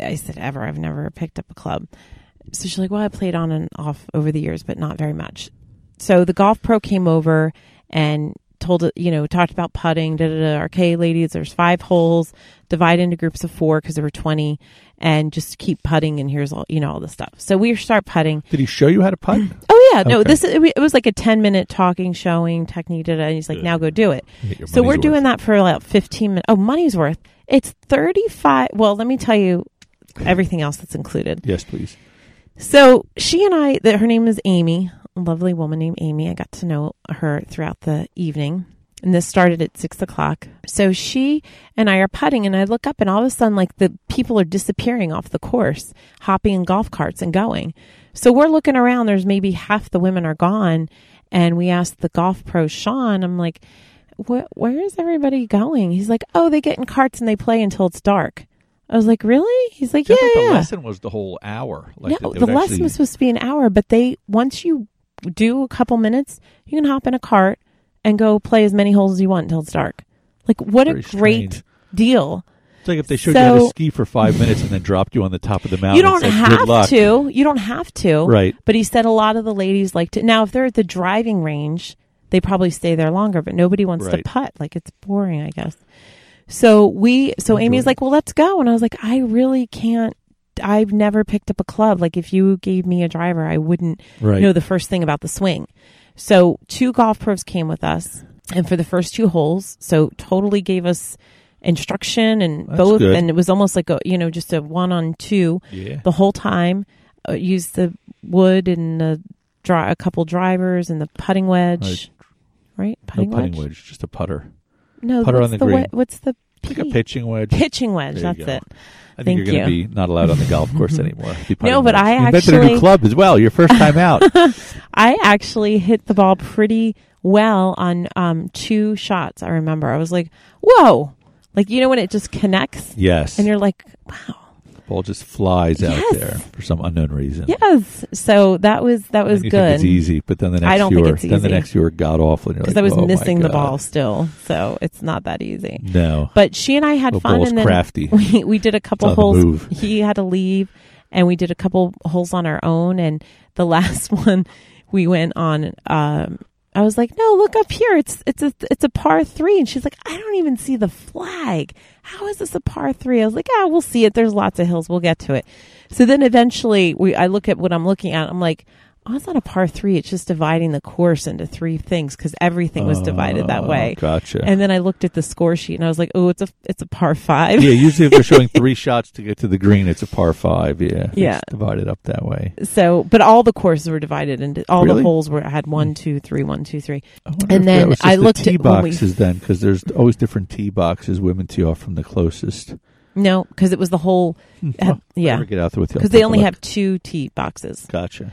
Speaker 1: I said, Ever. I've never picked up a club. So she's like, Well, I played on and off over the years, but not very much. So the golf pro came over and told you know talked about putting da da da okay ladies there's five holes divide into groups of four because there were 20 and just keep putting and here's all you know all the stuff so we start putting
Speaker 2: Did he show you how to putt?
Speaker 1: oh yeah no
Speaker 2: Okay.
Speaker 1: this is, it was like a 10 minute talking showing technique da, da, and he's like now go do it
Speaker 2: Get your
Speaker 1: so we're
Speaker 2: money's worth.
Speaker 1: doing that for like 15 minutes oh money's worth it's 35 well let me tell you everything else that's included
Speaker 2: Yes, please.
Speaker 1: so she and I, that her name is Amy, a lovely woman named Amy. I got to know her throughout the evening. And this started at six o'clock. So she and I are putting, and I look up, and all of a sudden, like the people are disappearing off the course, hopping in golf carts and going. So we're looking around. There's maybe half the women are gone. And we asked the golf pro, Sean, I'm like, "Wh- where is everybody going? He's like, oh, they get in carts and they play until it's dark. I was like, really? He's like, yeah,
Speaker 2: I thought the
Speaker 1: yeah
Speaker 2: lesson was the whole hour. Like
Speaker 1: no,
Speaker 2: that they
Speaker 1: the
Speaker 2: would
Speaker 1: lesson
Speaker 2: actually-
Speaker 1: was supposed to be an hour, but they once you do a couple minutes, you can hop in a cart and go play as many holes as you want until it's dark. Like what a
Speaker 2: Very
Speaker 1: great
Speaker 2: strange.
Speaker 1: deal!
Speaker 2: It's like if they showed you how to
Speaker 1: So-
Speaker 2: ski for five minutes and then dropped you on the top of the mountain.
Speaker 1: you don't
Speaker 2: and said, Good
Speaker 1: have
Speaker 2: luck.
Speaker 1: to. You don't have to.
Speaker 2: Right.
Speaker 1: But he said a lot of the ladies like to. Now, if they're at the driving range, they probably stay there longer. But nobody wants
Speaker 2: Right.
Speaker 1: to putt. Like it's boring, I guess. So we. So
Speaker 2: Enjoy
Speaker 1: Amy's
Speaker 2: it.
Speaker 1: like, "Well, let's go." And I was like, "I really can't." I've never picked up a club. Like if you gave me a driver, I wouldn't
Speaker 2: Right.
Speaker 1: know the first thing about the swing. So two golf pros came with us, and for the first two holes, so totally gave us instruction and
Speaker 2: That's
Speaker 1: both,
Speaker 2: good.
Speaker 1: and it was almost like a you know just a one on two
Speaker 2: yeah.
Speaker 1: the whole time. Uh, used the wood and the dri- a couple drivers and the putting wedge, right?
Speaker 2: No
Speaker 1: Putting,
Speaker 2: putting
Speaker 1: wedge?
Speaker 2: wedge, just a putter.
Speaker 1: No,
Speaker 2: Putter
Speaker 1: what's
Speaker 2: on the
Speaker 1: the
Speaker 2: green.
Speaker 1: we- what's the
Speaker 2: Pick a
Speaker 1: P?
Speaker 2: pitching wedge.
Speaker 1: pitching wedge?
Speaker 2: There
Speaker 1: That's
Speaker 2: you go.
Speaker 1: it.
Speaker 2: I
Speaker 1: Thank
Speaker 2: think you're going to
Speaker 1: you.
Speaker 2: be not allowed on the golf course anymore. The putting
Speaker 1: No, but
Speaker 2: wedge.
Speaker 1: I
Speaker 2: you invented a new
Speaker 1: actually-
Speaker 2: club as well. Your first time out.
Speaker 1: I actually hit the ball pretty well on um, two shots. I remember I was like, "Whoa!" Like you know when it just connects,
Speaker 2: yes,
Speaker 1: and you're like, "Wow,
Speaker 2: ball just flies out
Speaker 1: Yes.
Speaker 2: there for some unknown reason.
Speaker 1: yes." So that was that was
Speaker 2: And you think it's
Speaker 1: good
Speaker 2: easy, but then the next
Speaker 1: I don't
Speaker 2: you
Speaker 1: think
Speaker 2: were-
Speaker 1: it's
Speaker 2: then the
Speaker 1: easy.
Speaker 2: next you were god awful, and you're
Speaker 1: because
Speaker 2: like,
Speaker 1: I was
Speaker 2: "Oh, my
Speaker 1: missing the
Speaker 2: God."
Speaker 1: ball still. So it's not that easy.
Speaker 2: No,
Speaker 1: But she and I had
Speaker 2: the
Speaker 1: fun,
Speaker 2: ball's
Speaker 1: and then
Speaker 2: crafty.
Speaker 1: we we did a
Speaker 2: on
Speaker 1: couple
Speaker 2: the
Speaker 1: holes.
Speaker 2: move.
Speaker 1: He had to leave, and we did a couple holes on our own. And the last one, we went on. Um, I was like, "No, look up here. It's it's a it's a par three. And she's like, "I don't even see the flag. How is this a par three? I was like, "Ah, we'll see it. There's lots of hills. We'll get to it." So then eventually, we I look at what I'm looking at. I'm like. Oh, it's not a par three. It's just dividing the course into three things because everything was divided that
Speaker 2: Oh,
Speaker 1: way.
Speaker 2: Gotcha.
Speaker 1: And then I looked at the score sheet and I was like, "Oh, it's a it's a par five.
Speaker 2: yeah, usually if they're showing three shots to get to the green, it's a par five. Yeah,
Speaker 1: Yeah.
Speaker 2: it's divided up that way.
Speaker 1: So, but all the courses were divided into all
Speaker 2: Really? Hmm.
Speaker 1: the holes were had one, two, three, one, two, three.
Speaker 2: I wonder
Speaker 1: And
Speaker 2: if
Speaker 1: then
Speaker 2: that was just
Speaker 1: I
Speaker 2: the
Speaker 1: looked
Speaker 2: tee
Speaker 1: at when we-
Speaker 2: boxes then, because there's always different tee boxes. Women tee off from the closest.
Speaker 1: No, because it was the whole,
Speaker 2: Well,
Speaker 1: Um, yeah.
Speaker 2: Oh, never get out there with you.
Speaker 1: because they only have two tee boxes.
Speaker 2: Gotcha.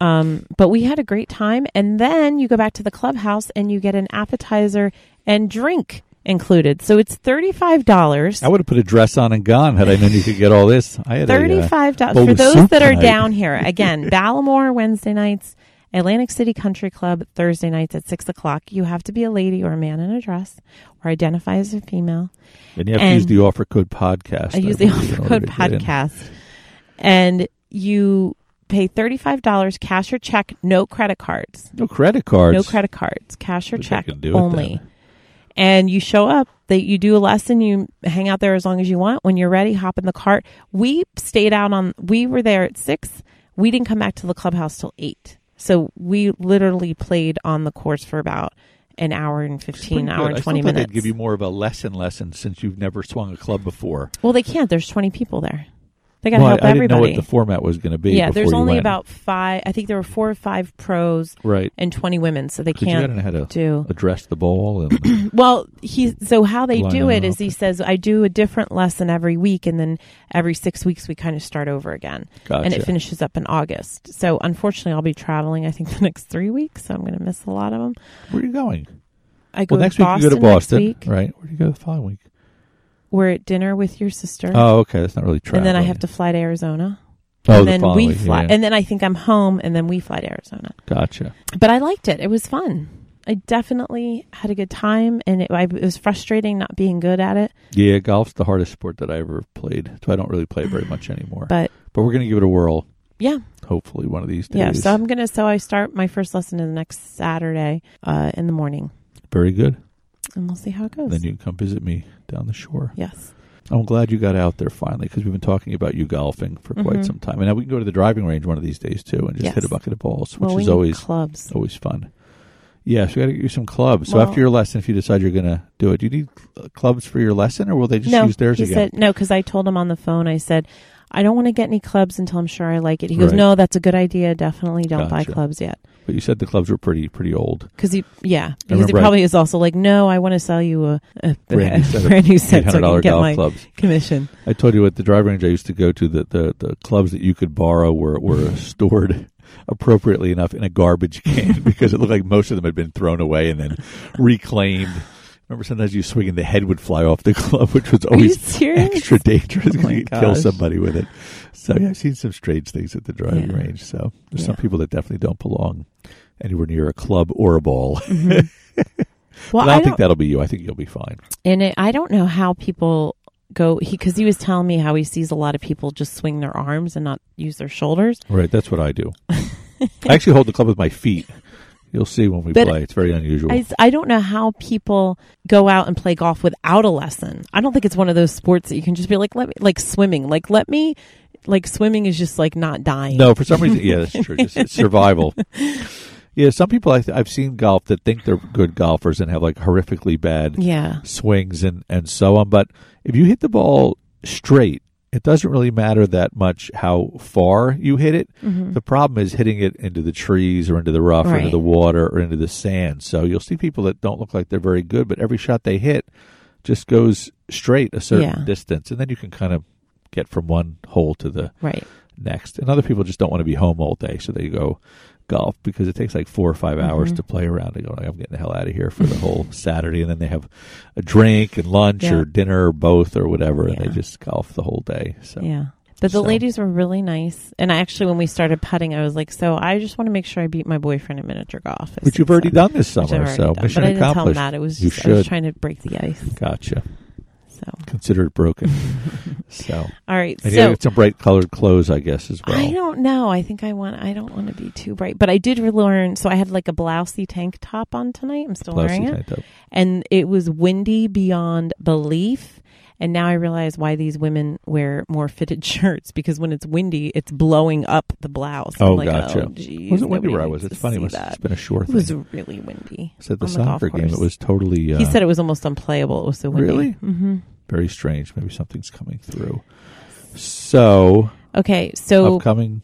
Speaker 1: Um, but we had a great time, and then you go back to the clubhouse and you get an appetizer and drink included. So it's thirty five dollars.
Speaker 2: I would have put a dress on and gone had I known you could get all this. I had A, uh,
Speaker 1: Thirty-five dollars
Speaker 2: bowl
Speaker 1: for
Speaker 2: of soup
Speaker 1: those that are
Speaker 2: tonight.
Speaker 1: down here. Again, Ballamore Wednesday nights, Atlantic City Country Club Thursday nights at six o'clock. You have to be a lady or a man in a dress, or identify as a female.
Speaker 2: and you have to
Speaker 1: and-
Speaker 2: use the offer code podcast.
Speaker 1: I use the
Speaker 2: believe, in
Speaker 1: offer
Speaker 2: order
Speaker 1: code
Speaker 2: to get in.
Speaker 1: podcast, and you pay thirty-five dollars cash or check, no credit cards,
Speaker 2: No credit cards.
Speaker 1: no credit cards, cash or
Speaker 2: Wish I
Speaker 1: check
Speaker 2: could do it
Speaker 1: only.
Speaker 2: then.
Speaker 1: And you show up, that you do a lesson, you hang out there as long as you want. When you're ready, hop in the cart. We stayed out on. We were there at six. We didn't come back to the clubhouse till eight. So we literally played on the course for about an hour and
Speaker 2: Pretty
Speaker 1: fifteen,
Speaker 2: good.
Speaker 1: hour
Speaker 2: I
Speaker 1: and
Speaker 2: still
Speaker 1: twenty
Speaker 2: thought
Speaker 1: minutes.
Speaker 2: They'd give you more of a lesson lesson since you've never swung a club before.
Speaker 1: well, they can't. There's twenty people there. They got to
Speaker 2: Well,
Speaker 1: help
Speaker 2: I, I didn't know
Speaker 1: everybody.
Speaker 2: what the format was going to be.
Speaker 1: yeah,
Speaker 2: before
Speaker 1: there's
Speaker 2: you
Speaker 1: only
Speaker 2: went.
Speaker 1: about five. I think there were four or five pros
Speaker 2: right.
Speaker 1: and 20 women, so they
Speaker 2: Because you got to
Speaker 1: can't
Speaker 2: know how to
Speaker 1: do.
Speaker 2: address the bowl and
Speaker 1: Well, he so how they
Speaker 2: Line
Speaker 1: do it
Speaker 2: up.
Speaker 1: is he says I do a different lesson every week, and then every six weeks we kind of start over again, and it
Speaker 2: Gotcha.
Speaker 1: finishes up in August. So unfortunately, I'll be traveling. I think the next three weeks, so I'm going to miss a lot of them.
Speaker 2: where are you going?
Speaker 1: I go
Speaker 2: Well, next
Speaker 1: to
Speaker 2: week
Speaker 1: Boston
Speaker 2: you go to Boston,
Speaker 1: Next week.
Speaker 2: right? Where do you go the following week?
Speaker 1: We're at dinner with your sister,
Speaker 2: Oh, okay, that's not really
Speaker 1: and
Speaker 2: traveling.
Speaker 1: then I have to fly to Arizona,
Speaker 2: Oh,
Speaker 1: and
Speaker 2: the
Speaker 1: then
Speaker 2: following
Speaker 1: we
Speaker 2: week,
Speaker 1: fly,
Speaker 2: yeah.
Speaker 1: and then I think I'm home, and then we fly to Arizona.
Speaker 2: Gotcha.
Speaker 1: But I liked it; it was fun. I definitely had a good time, and it, I, it was frustrating not being good at it.
Speaker 2: Yeah, golf's the hardest sport that I ever played, so I don't really play very much anymore.
Speaker 1: But
Speaker 2: But we're gonna give it a whirl,
Speaker 1: yeah,
Speaker 2: hopefully one of these days.
Speaker 1: Yeah, so I'm gonna so I start my first lesson in the next Saturday uh, in the morning,
Speaker 2: very good.
Speaker 1: and we'll see how it goes.
Speaker 2: Then you can come visit me down the shore.
Speaker 1: yes,
Speaker 2: I'm glad you got out there finally because we've been talking about you golfing for
Speaker 1: Mhm.
Speaker 2: quite some time, and now we can go to the driving range one of these days too, and just
Speaker 1: Yes.
Speaker 2: hit a bucket of balls, which
Speaker 1: well, we
Speaker 2: is
Speaker 1: need
Speaker 2: always Oh,
Speaker 1: clubs.
Speaker 2: always fun. Yeah, so you got to get you some clubs. so
Speaker 1: Well-
Speaker 2: after your lesson, if you decide you're going to do it, do you need uh, clubs for your lesson, or will they just
Speaker 1: no,
Speaker 2: use theirs
Speaker 1: he
Speaker 2: again?
Speaker 1: said no because I told him on the phone. I said I don't want to get any clubs until I'm sure I like it. He goes,
Speaker 2: Right.
Speaker 1: "No, that's a good idea. Definitely don't buy
Speaker 2: Gotcha.
Speaker 1: clubs yet."
Speaker 2: but you said the clubs were pretty pretty old.
Speaker 1: Because he, yeah, because he
Speaker 2: remember I-
Speaker 1: probably is also like, "No, I want to sell you a, a
Speaker 2: Brand new set of
Speaker 1: brand new
Speaker 2: Eight
Speaker 1: set so
Speaker 2: hundred
Speaker 1: I can
Speaker 2: dollar
Speaker 1: get
Speaker 2: golf
Speaker 1: my
Speaker 2: clubs.
Speaker 1: commission."
Speaker 2: I told you at the drive range I used to go to that the, the clubs that you could borrow were were stored appropriately enough in a garbage can because it looked like most of them had been thrown away and then reclaimed. Remember, sometimes you swing and the head would fly off the club, which was
Speaker 1: Are you
Speaker 2: always
Speaker 1: serious?
Speaker 2: extra dangerous because
Speaker 1: Oh my
Speaker 2: you could kill
Speaker 1: gosh.
Speaker 2: somebody with it. So yeah, I've seen some strange things at the driving
Speaker 1: Yeah.
Speaker 2: range. So there's some
Speaker 1: Yeah.
Speaker 2: people that definitely don't belong anywhere near a club or a ball.
Speaker 1: Well,
Speaker 2: but I,
Speaker 1: I
Speaker 2: don't
Speaker 1: don't,
Speaker 2: think that'll be you. I think you'll be fine.
Speaker 1: and it, I don't know how people go he because he was telling me how he sees a lot of people just swing their arms and not use their shoulders.
Speaker 2: Right, that's what I do. I actually hold the club with my feet. You'll see when we
Speaker 1: But
Speaker 2: play. It's very unusual.
Speaker 1: I, s- I don't know how people go out and play golf without a lesson. I don't think it's one of those sports that you can just be like, let me, like swimming, like, let me, like, swimming is just like not dying.
Speaker 2: no, for some reason, yeah, that's true. Just it's survival. Yeah, some people I th- I've seen golf that think they're good golfers and have like horrifically bad
Speaker 1: Yeah.
Speaker 2: swings and, and so on. But if you hit the ball straight, it doesn't really matter that much how far you hit it. The problem is hitting it into the trees or into the rough or into
Speaker 1: Mm-hmm. Right.
Speaker 2: the water or into the sand. So you'll see people that don't look like they're very good, but every shot they hit just goes straight a certain
Speaker 1: Yeah.
Speaker 2: distance. And then you can kind of get from one hole to the
Speaker 1: Right.
Speaker 2: next. And other people just don't want to be home all day, so they go golf because it takes like four or 5
Speaker 1: Mm-hmm.
Speaker 2: hours to play around. They go, I'm getting the hell out of here for the whole Saturday, and then they have a drink and lunch
Speaker 1: Yeah.
Speaker 2: or dinner or both or whatever, and they
Speaker 1: Yeah.
Speaker 2: just golf the whole day. So
Speaker 1: Yeah. But the
Speaker 2: So-
Speaker 1: ladies were really nice. And I actually, when we started putting, I was like, so I just want to make sure I beat my boyfriend at miniature golf. I
Speaker 2: which
Speaker 1: said,
Speaker 2: you've already
Speaker 1: so-
Speaker 2: done this
Speaker 1: which I've
Speaker 2: summer,
Speaker 1: already
Speaker 2: so
Speaker 1: done.
Speaker 2: mission
Speaker 1: But I didn't tell him
Speaker 2: accomplished.
Speaker 1: that. It was
Speaker 2: You
Speaker 1: just, I was
Speaker 2: should.
Speaker 1: trying to break the ice.
Speaker 2: Gotcha.
Speaker 1: So,
Speaker 2: Consider it broken. so
Speaker 1: all right.
Speaker 2: and you
Speaker 1: so,
Speaker 2: had some bright colored clothes, I guess, as well.
Speaker 1: I don't know. I think I want. I don't want to be too bright, but I did learn. So I had like a blousey tank top on tonight. I'm still
Speaker 2: Blousey
Speaker 1: wearing it,
Speaker 2: tank top.
Speaker 1: and it was windy beyond belief. And now I realize why these women wear more fitted shirts because when it's windy, it's blowing up the blouse. I'm
Speaker 2: Oh,
Speaker 1: like,
Speaker 2: gotcha.
Speaker 1: Oh, geez,
Speaker 2: Wasn't windy
Speaker 1: nobody
Speaker 2: where I
Speaker 1: needs to
Speaker 2: was. It's funny. It
Speaker 1: see
Speaker 2: must, it's
Speaker 1: that.
Speaker 2: been a shore
Speaker 1: It
Speaker 2: thing.
Speaker 1: was really windy.
Speaker 2: It's at the
Speaker 1: on the golf
Speaker 2: soccer game. It
Speaker 1: course.
Speaker 2: was totally. Uh,
Speaker 1: He said it was almost unplayable. It was so windy.
Speaker 2: Really?
Speaker 1: hmm
Speaker 2: very strange. Maybe something's coming through. So,
Speaker 1: Okay, so
Speaker 2: upcoming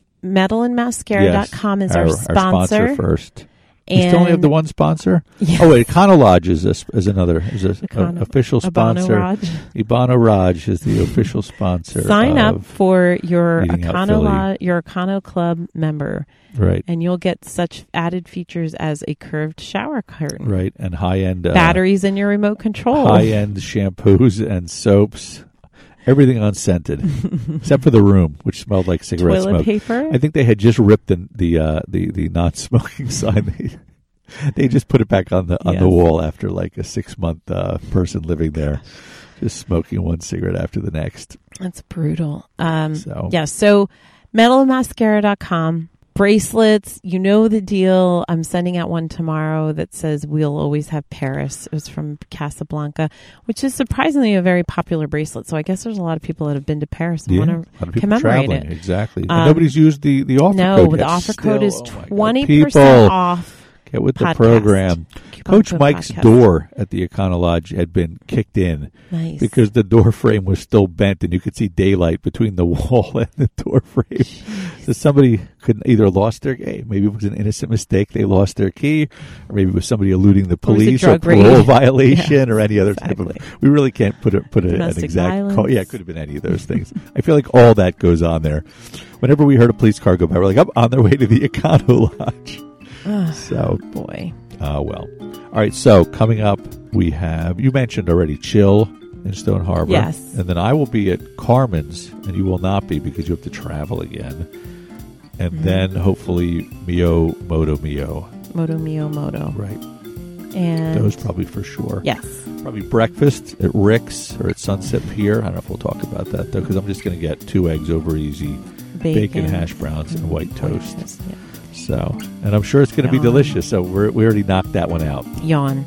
Speaker 1: medalandmascara.com is
Speaker 2: our,
Speaker 1: our,
Speaker 2: our
Speaker 1: sponsor.
Speaker 2: first.
Speaker 1: and
Speaker 2: we still only have the one sponsor.
Speaker 1: Yeah.
Speaker 2: Oh, wait, Econo Lodge is a, sp- is another is a,
Speaker 1: Econo-
Speaker 2: a- official
Speaker 1: Abano
Speaker 2: sponsor.
Speaker 1: Raj.
Speaker 2: Ibano Raj is the official sponsor.
Speaker 1: Sign up
Speaker 2: of-
Speaker 1: for your
Speaker 2: Eating Out
Speaker 1: Econo
Speaker 2: Philly.
Speaker 1: Lo- your Econo Club member,
Speaker 2: right,
Speaker 1: and you'll get such added features as a curved shower curtain,
Speaker 2: right, and high end uh,
Speaker 1: batteries in your remote control.
Speaker 2: high end shampoos and soaps, everything unscented except for the room, which smelled like cigarette
Speaker 1: Toilet
Speaker 2: smoke.
Speaker 1: paper.
Speaker 2: I think they had just ripped the the uh, the, the non-smoking sign. They, they just put it back on the on
Speaker 1: Yes.
Speaker 2: the wall after like a six month uh, person living there, just smoking one cigarette after the next.
Speaker 1: That's brutal. Um,
Speaker 2: So
Speaker 1: yeah. So, medalandmascara.com. Bracelets, you know the deal. I'm sending out one tomorrow that says "We'll always have Paris." It was from Casablanca, which is surprisingly a very popular bracelet. So I guess there's a lot of people that have been to Paris and
Speaker 2: Yeah,
Speaker 1: want to
Speaker 2: a lot of people
Speaker 1: commemorate
Speaker 2: traveling
Speaker 1: it.
Speaker 2: exactly. And
Speaker 1: Um,
Speaker 2: nobody's used the the offer
Speaker 1: No,
Speaker 2: code.
Speaker 1: the
Speaker 2: yet.
Speaker 1: offer code
Speaker 2: Still-
Speaker 1: is
Speaker 2: oh my God.
Speaker 1: twenty
Speaker 2: People,
Speaker 1: percent off.
Speaker 2: Get with the
Speaker 1: Podcast.
Speaker 2: program.
Speaker 1: Keep on
Speaker 2: Coach
Speaker 1: to a
Speaker 2: Mike's
Speaker 1: podcast.
Speaker 2: door at the Econolodge had been kicked in
Speaker 1: Nice.
Speaker 2: because the door frame was still bent and you could see daylight between the wall and the door frame. So somebody could either lost their hey, maybe it was an innocent mistake, they lost their key, or maybe it was somebody eluding the
Speaker 1: Or was it
Speaker 2: police or,
Speaker 1: drug raid?
Speaker 2: parole violation
Speaker 1: Yeah,
Speaker 2: or any other type
Speaker 1: exactly.
Speaker 2: of we really can't put a put a, an
Speaker 1: Domestic
Speaker 2: exact call.
Speaker 1: violence.
Speaker 2: Yeah, it could have been any of those things. I feel like all that goes on there. Whenever we heard a police car go by, we're like, I'm on their way to the Econo Lodge.
Speaker 1: Ugh,
Speaker 2: So
Speaker 1: boy.
Speaker 2: Ah, well. All right. So coming up, we have you mentioned already Chill in Stone Harbor.
Speaker 1: Yes.
Speaker 2: And then I will be at Carmen's, and you will not be because you have to travel again. And then hopefully Mio Moto Mio.
Speaker 1: Moto Mio Moto.
Speaker 2: Right.
Speaker 1: And
Speaker 2: Those probably for sure.
Speaker 1: yes.
Speaker 2: Probably breakfast at Rick's or at Sunset Pier. I don't know if we'll talk about that though, because I'm just going to get two eggs over easy, bacon, hash browns, and white toast.
Speaker 1: Yeah.
Speaker 2: So, and I'm sure it's going to be
Speaker 1: Yum.
Speaker 2: delicious. So we're, we already knocked that one out.
Speaker 1: Yawn.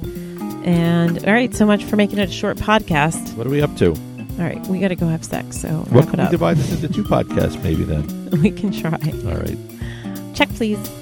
Speaker 1: And all right, so much for making it a short podcast.
Speaker 2: What are we up to?
Speaker 1: All right, we got to go have sex, so
Speaker 2: Well,
Speaker 1: wrap it
Speaker 2: can we
Speaker 1: up.
Speaker 2: divide this into two podcasts, maybe then?
Speaker 1: we can try.
Speaker 2: All right.
Speaker 1: Check, please.